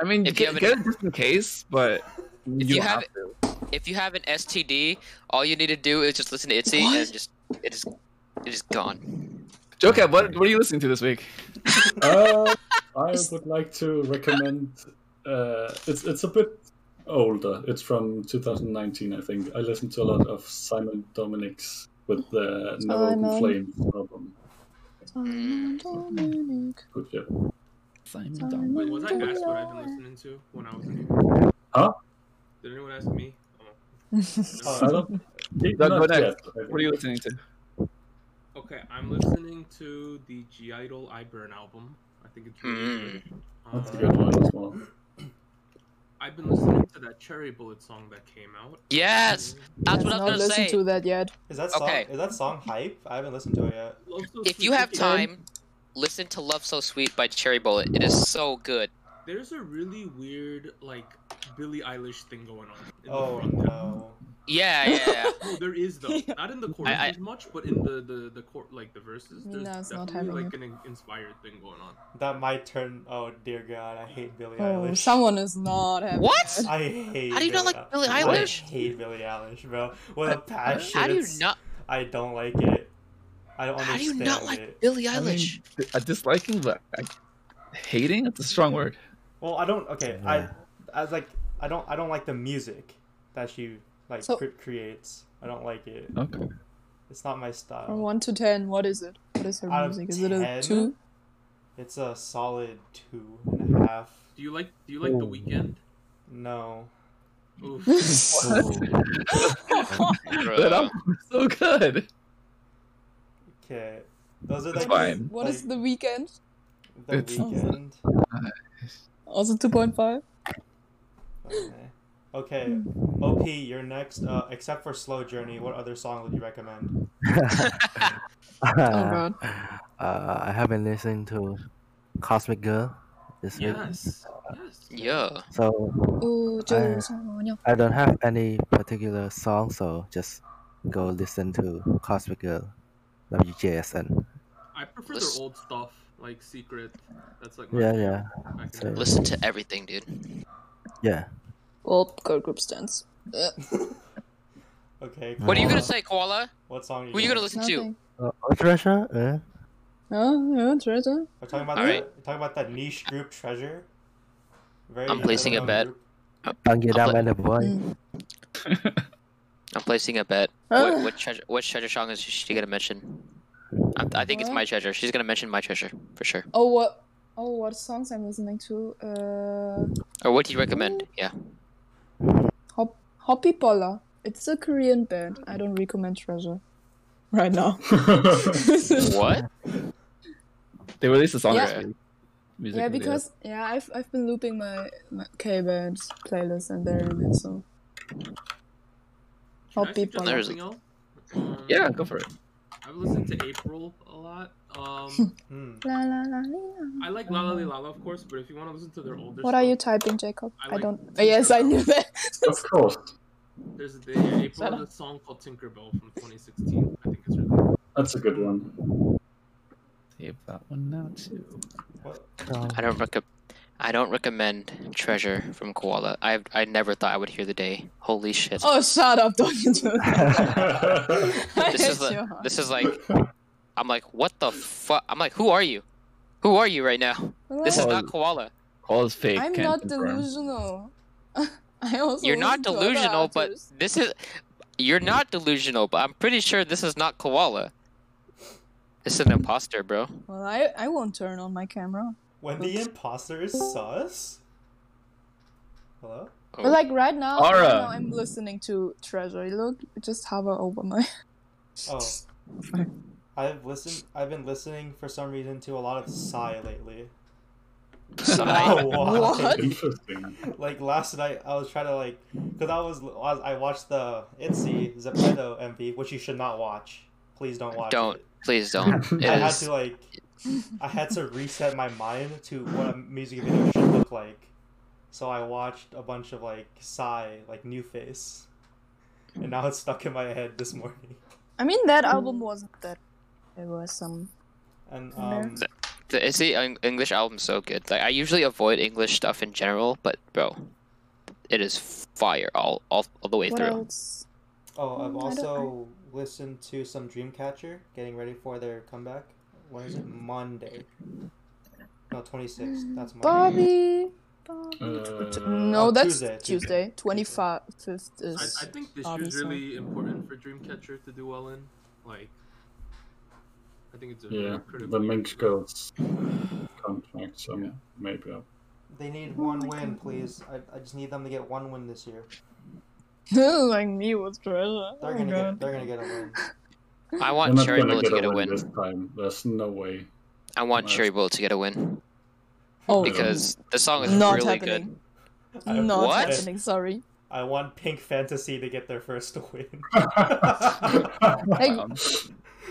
S3: I mean,
S2: If you
S3: get,
S2: have
S3: get it just in case, but you,
S2: you
S3: don't
S2: have
S3: have, to.
S2: If you have an STD, all you need to do is just listen to Itzy
S4: What?
S2: and just it is it is gone.
S3: Jokab, what, what are you listening to this week?
S5: Uh, I would like to recommend. Uh, it's it's a bit older. It's from 2019, I think. I listened to a lot of Simon Dominic's with the No Open
S4: Simon.
S5: Flames album.
S4: Ah.
S2: Mm.
S4: Simon Dominic,
S5: Good shit.
S3: Simon
S4: Dominic.
S6: Was I asked what I've been listening to when I was in here?
S5: Huh?
S6: Did anyone ask me? Oh. Um,
S5: I don't.
S3: Doug,
S5: not
S3: go next.
S5: yet, I think.
S3: What are you listening to?
S6: Okay, I'm listening to the G Idol I Burn album. I think it's really good. Um,
S5: That's a good one as well.
S6: I've been listening to that Cherry Bullet song that came out.
S2: Yes, that's what I was
S4: I've not
S2: gonna
S4: listened
S2: say.
S4: to that yet.
S1: Is that song?
S2: Okay.
S1: Is that song hype? I haven't listened to it yet.
S6: Also,
S2: If you
S6: Sweet
S2: have
S6: Sixteen-
S2: time, listen to "Love So Sweet" by Cherry Bullet. It is so good.
S6: there's a really weird like Billie Eilish thing going on. In
S1: Oh
S6: the front there.
S1: no.
S2: Yeah, yeah. yeah.
S6: No, there is though. Not in the chorus
S2: I-
S6: as much, but in the the the court like the verses. There's
S4: No, it's not
S6: definitely
S4: happening.
S6: like an in- inspired thing going on.
S1: That might turn. Oh dear God, I hate Billie
S4: Oh,
S1: Eilish.
S4: someone is not happy.
S2: What?
S1: I hate.
S2: How do you not like Billie Eilish?
S1: I hate Billie Eilish, bro. With a passion.
S2: How do you
S1: it's-
S2: not?
S1: I don't like it. I don't
S2: How do you
S1: understand
S2: not like
S1: it.
S2: Billie
S3: I mean,
S2: Eilish?
S3: a disliking, but I, hating? That's a strong word.
S1: Well, I don't. Okay, I, I was like, I don't, I don't like the music that she like
S4: So-
S1: cre- creates. I don't like it.
S6: Oh.
S3: Okay.
S1: It's not my
S4: From
S1: style.
S4: one to ten, what is it? What is her
S1: Out of
S4: music? Is it a
S1: 10?
S4: two?
S1: It's a solid two and a half.
S6: Do you like do you like the
S3: Ooh.
S6: weekend?
S1: No.
S6: Oof.
S3: That album was so good.
S1: Okay. Those are
S3: It's
S1: like,
S3: fine.
S4: What is the weekend?
S1: the
S3: It's-
S1: weekend?
S4: Also two point five.
S1: Okay. Okay. Op, you're next. Uh, except for Slow Journey, what other song would you recommend?
S4: Oh, God.
S7: Oh. Uh, I haven't listened to Cosmic Girl this week,
S6: yes. Yes.
S2: Yeah.
S7: so
S2: uh,
S4: Oh,
S7: I- I don't have any particular song, so just go listen to Cosmic Girl, WJSN.
S6: I prefer
S2: Listen-
S6: their old stuff, like Secret. That's like
S7: Yeah, yeah,
S6: I
S7: so-
S6: can-
S2: Listen to everything, dude.
S7: yeah.
S4: Well, Oh, girl group stands. Uh, Ugh,
S1: Okay.
S2: What are you
S1: Koala,
S2: gonna say, Koala?
S1: What song are you?
S2: Who are you gonna listen to?
S4: nothing.
S7: Uh, oh, treasure? Uh,
S4: Oh, yeah, treasure.
S1: We're talking about
S2: All
S1: the,
S2: right.
S1: we're talking about that niche group treasure. Very
S2: I'm placing a
S1: underground
S2: bet.
S1: group.
S7: don't get
S2: I'll
S7: down
S2: play-
S7: and the lah, boy.
S2: I'm placing a bet. What what treasure, what treasure song is she gonna mention? I, I think it's
S4: What?
S2: my treasure. She's gonna mention my treasure for sure.
S4: Oh, what? Oh, what songs I'm listening to? Uh,
S2: Or what do you recommend? Yeah.
S4: Hop Hoppy Polla. It's a Korean band. I don't recommend Treasure. Right now.
S2: What?
S3: They released a song
S4: Yeah.
S3: this week. Music video.
S4: yeah, because yeah, I've I've been looping my, my K band playlist and they're in it. So
S6: Can
S4: I'll
S6: I
S4: be
S6: suggest
S2: blunt.
S6: something else? Um,
S3: Yeah, go for it.
S6: I've listened to April a lot. Um,
S1: Hmm.
S4: la la la. la.
S6: I like La La La La, La, of course, but if you want to listen to their older
S4: What are you
S6: stuff,
S4: typing, Jacob?
S6: I
S4: I,
S6: like
S4: don't.
S6: Tinkerbell.
S4: Oh, yes, I knew that.
S5: of course.
S6: there's a yeah, April
S4: Shut
S6: has a song called Tinkerbell from 2016. I think it's really good.
S5: That's a good one.
S3: Save that one now too.
S1: Hmm. What?
S2: I don't rec- I don't recommend treasure from Koala. I I never thought I would hear the day. Holy shit.
S4: oh, shut up! Don't you do that? I
S2: this is
S4: hate
S2: like,
S4: you.
S2: this is like I'm like what the fuck? I'm like who are you? Who are you right now? This is
S3: Well,
S2: not Koala.
S3: Call is fake.
S4: Oh, I'm
S3: can't
S4: not
S3: confirm.
S4: delusional. I also
S2: You're not
S4: listen to other
S2: delusional, but
S4: artists.
S2: this is you're not delusional, but I'm pretty sure this is not Koala. It's an imposter, bro.
S4: well, I I won't turn on my camera.
S1: When the imposter is sus? Hello?
S2: Oh.
S4: But like right now, right
S3: Aura.
S4: now I'm listening to Treasure. Look, just hover over my.
S1: Oh. I've listened I've been listening for some reason to a lot of Psy lately.
S2: Sigh.
S1: Oh, why?
S4: What?
S5: Interesting.
S1: Like last night I was trying to like cuz I was I watched the Itzy Zepedo MV which you should not watch. Please don't watch
S2: Don't.
S1: it.
S2: Please don't. It
S1: I had
S2: is-
S1: to like I had to reset my mind to what a music video should look like. So I watched a bunch of like Psy, like New Face. And now it's stuck in my head this morning.
S4: I mean, that
S1: Mm.
S4: album wasn't that. There were some.
S1: And
S4: There.
S1: um
S2: The, it's the Eng- English album so good. Like I usually avoid English stuff in general, but bro, it is fire all all, all the way
S4: What
S2: through.
S4: else?
S1: Oh, I've
S4: Mm, I don't-
S1: also listened to some Dreamcatcher getting ready for their comeback. When is it? Monday. No, 26th. That's
S4: Mm.
S1: Monday.
S4: Bobby. Bobby. no,
S5: Uh,
S1: Oh,
S4: that's
S1: Tuesday, Tuesday.
S4: Tuesday. Twenty fifth
S6: I,
S4: is.
S6: I think this year's
S4: obviously.
S6: really important for Dreamcatcher to do well in. Like, I think it's a
S5: Yeah,
S6: really critical.
S5: the
S6: year.
S5: Minx Girls contract, so
S3: Yeah.
S5: maybe I'll...
S4: Oh
S1: They need one win, please. I, I just need them to get one win this year.
S4: like me with treasure.
S1: They're
S4: oh
S1: gonna get.
S4: god.
S1: They're gonna get a win.
S2: I
S5: We're
S2: want
S5: not
S2: Cherry
S5: gonna
S2: Bullet to get a
S5: this
S2: win.
S5: time. There's no way.
S2: I want
S5: Wow.
S2: Cherry Bullet to get a win
S4: Oh,
S2: because the song is
S4: not
S2: really good.
S4: happening.
S1: I-
S4: Not
S2: What?
S4: happening. Sorry.
S1: I want Pink Fantasy to get their first win.
S4: Like
S3: Um,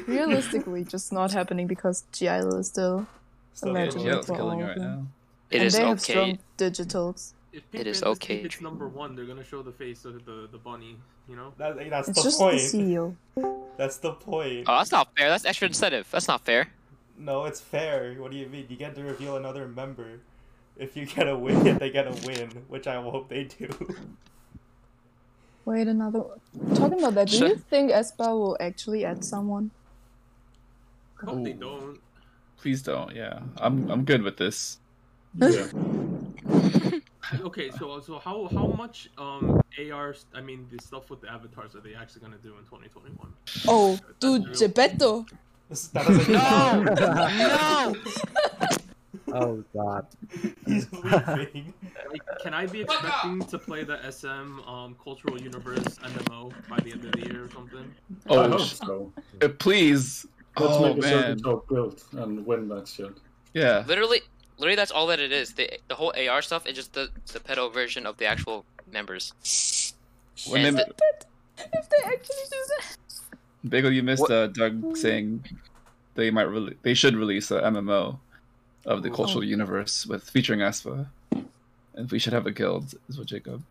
S4: realistically, just not happening because GIL is still
S1: So
S3: yeah,
S4: Imagine
S1: cool.
S3: Jill's killing it right now.
S2: It
S4: and
S2: is
S4: they have
S2: okay.
S4: strong digitals.
S6: If
S2: It is
S6: Fantasy
S2: okay.
S6: hits number one, they're gonna show the face of the, the bunny, you know?
S1: That, that's
S4: It's
S1: the
S4: just
S1: point.
S4: the E CEO.
S1: That's the point.
S2: Oh, that's not fair. That's extra incentive. That's not fair.
S1: No, it's fair. What do you mean? You get to reveal another member. If you get a win, they get a win, which I hope they do.
S4: Wait, another one. Talking about that, do
S2: Sure.
S4: you think Espa will actually add someone?
S6: I hope they
S3: Ooh.
S6: don't.
S3: Please don't. Yeah, I'm I'm good with this.
S5: Yeah.
S6: Okay, so so how how much um AR s- I mean the stuff with the avatars are they actually gonna do in 2021?
S4: Oh,
S6: dude,
S4: Geppetto!
S1: This- that doesn't count.
S2: no.
S7: Oh god.
S1: He's leaving.
S6: Like, can I be expecting to play the SM um cultural universe MMO by the end of the year or something?
S5: I
S3: Oh,
S5: hope
S3: sh-
S5: so.
S3: uh, please.
S5: Let's
S3: oh
S5: make a certain
S3: man.
S5: top build and win that shit.
S3: Yeah.
S2: Literally, literally, that's all that it is. The the whole AR stuff is just the the pedo version of the actual members.
S3: When
S2: And
S3: they,
S4: If they actually do that!
S3: Bagel, you missed
S7: What-
S3: uh, Doug saying they might rele they should release a MMO of the
S4: Oh.
S1: Ooh.
S3: cultural universe with featuring Aspa, and we should have a guild. Is what Jacob.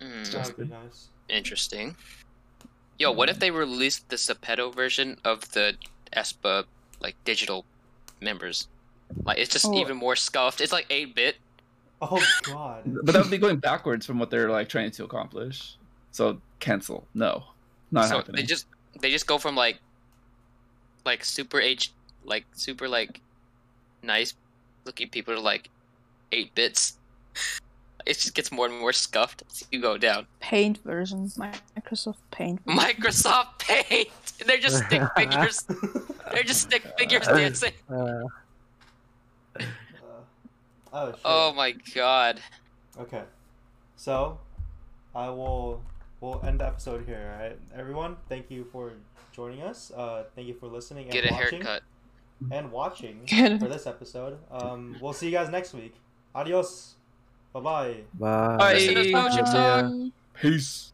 S2: Mm,
S1: That would be nice.
S2: interesting. Yo, what if they released the Sepedo version of the Espa like digital members? Like it's just
S4: Oh.
S2: even more scuffed. It's like eight bit.
S1: Oh god.
S3: But that would be going backwards from what they're like trying to accomplish. So cancel. No, not
S2: so
S3: happening.
S2: they just they just go from like like super H like super like nice looking people to like eight bits. It just gets more and more scuffed as you go down.
S4: Paint version. Microsoft Paint.
S2: Microsoft Paint. They're just stick figures. They're just stick figures dancing.
S7: Uh,
S1: Uh, oh shit.
S2: Oh my god.
S1: Okay. So, I will we'll end the episode here. All right, everyone. Thank you for joining us. Uh, thank you for listening and
S2: Get a
S1: watching
S2: haircut.
S1: and watching
S4: Get-
S1: for this episode. Um, we'll see you guys next week. Adios. Bye bye.
S7: bye.
S2: Listeners Voucher
S4: Bye.
S2: Talk.
S3: Peace.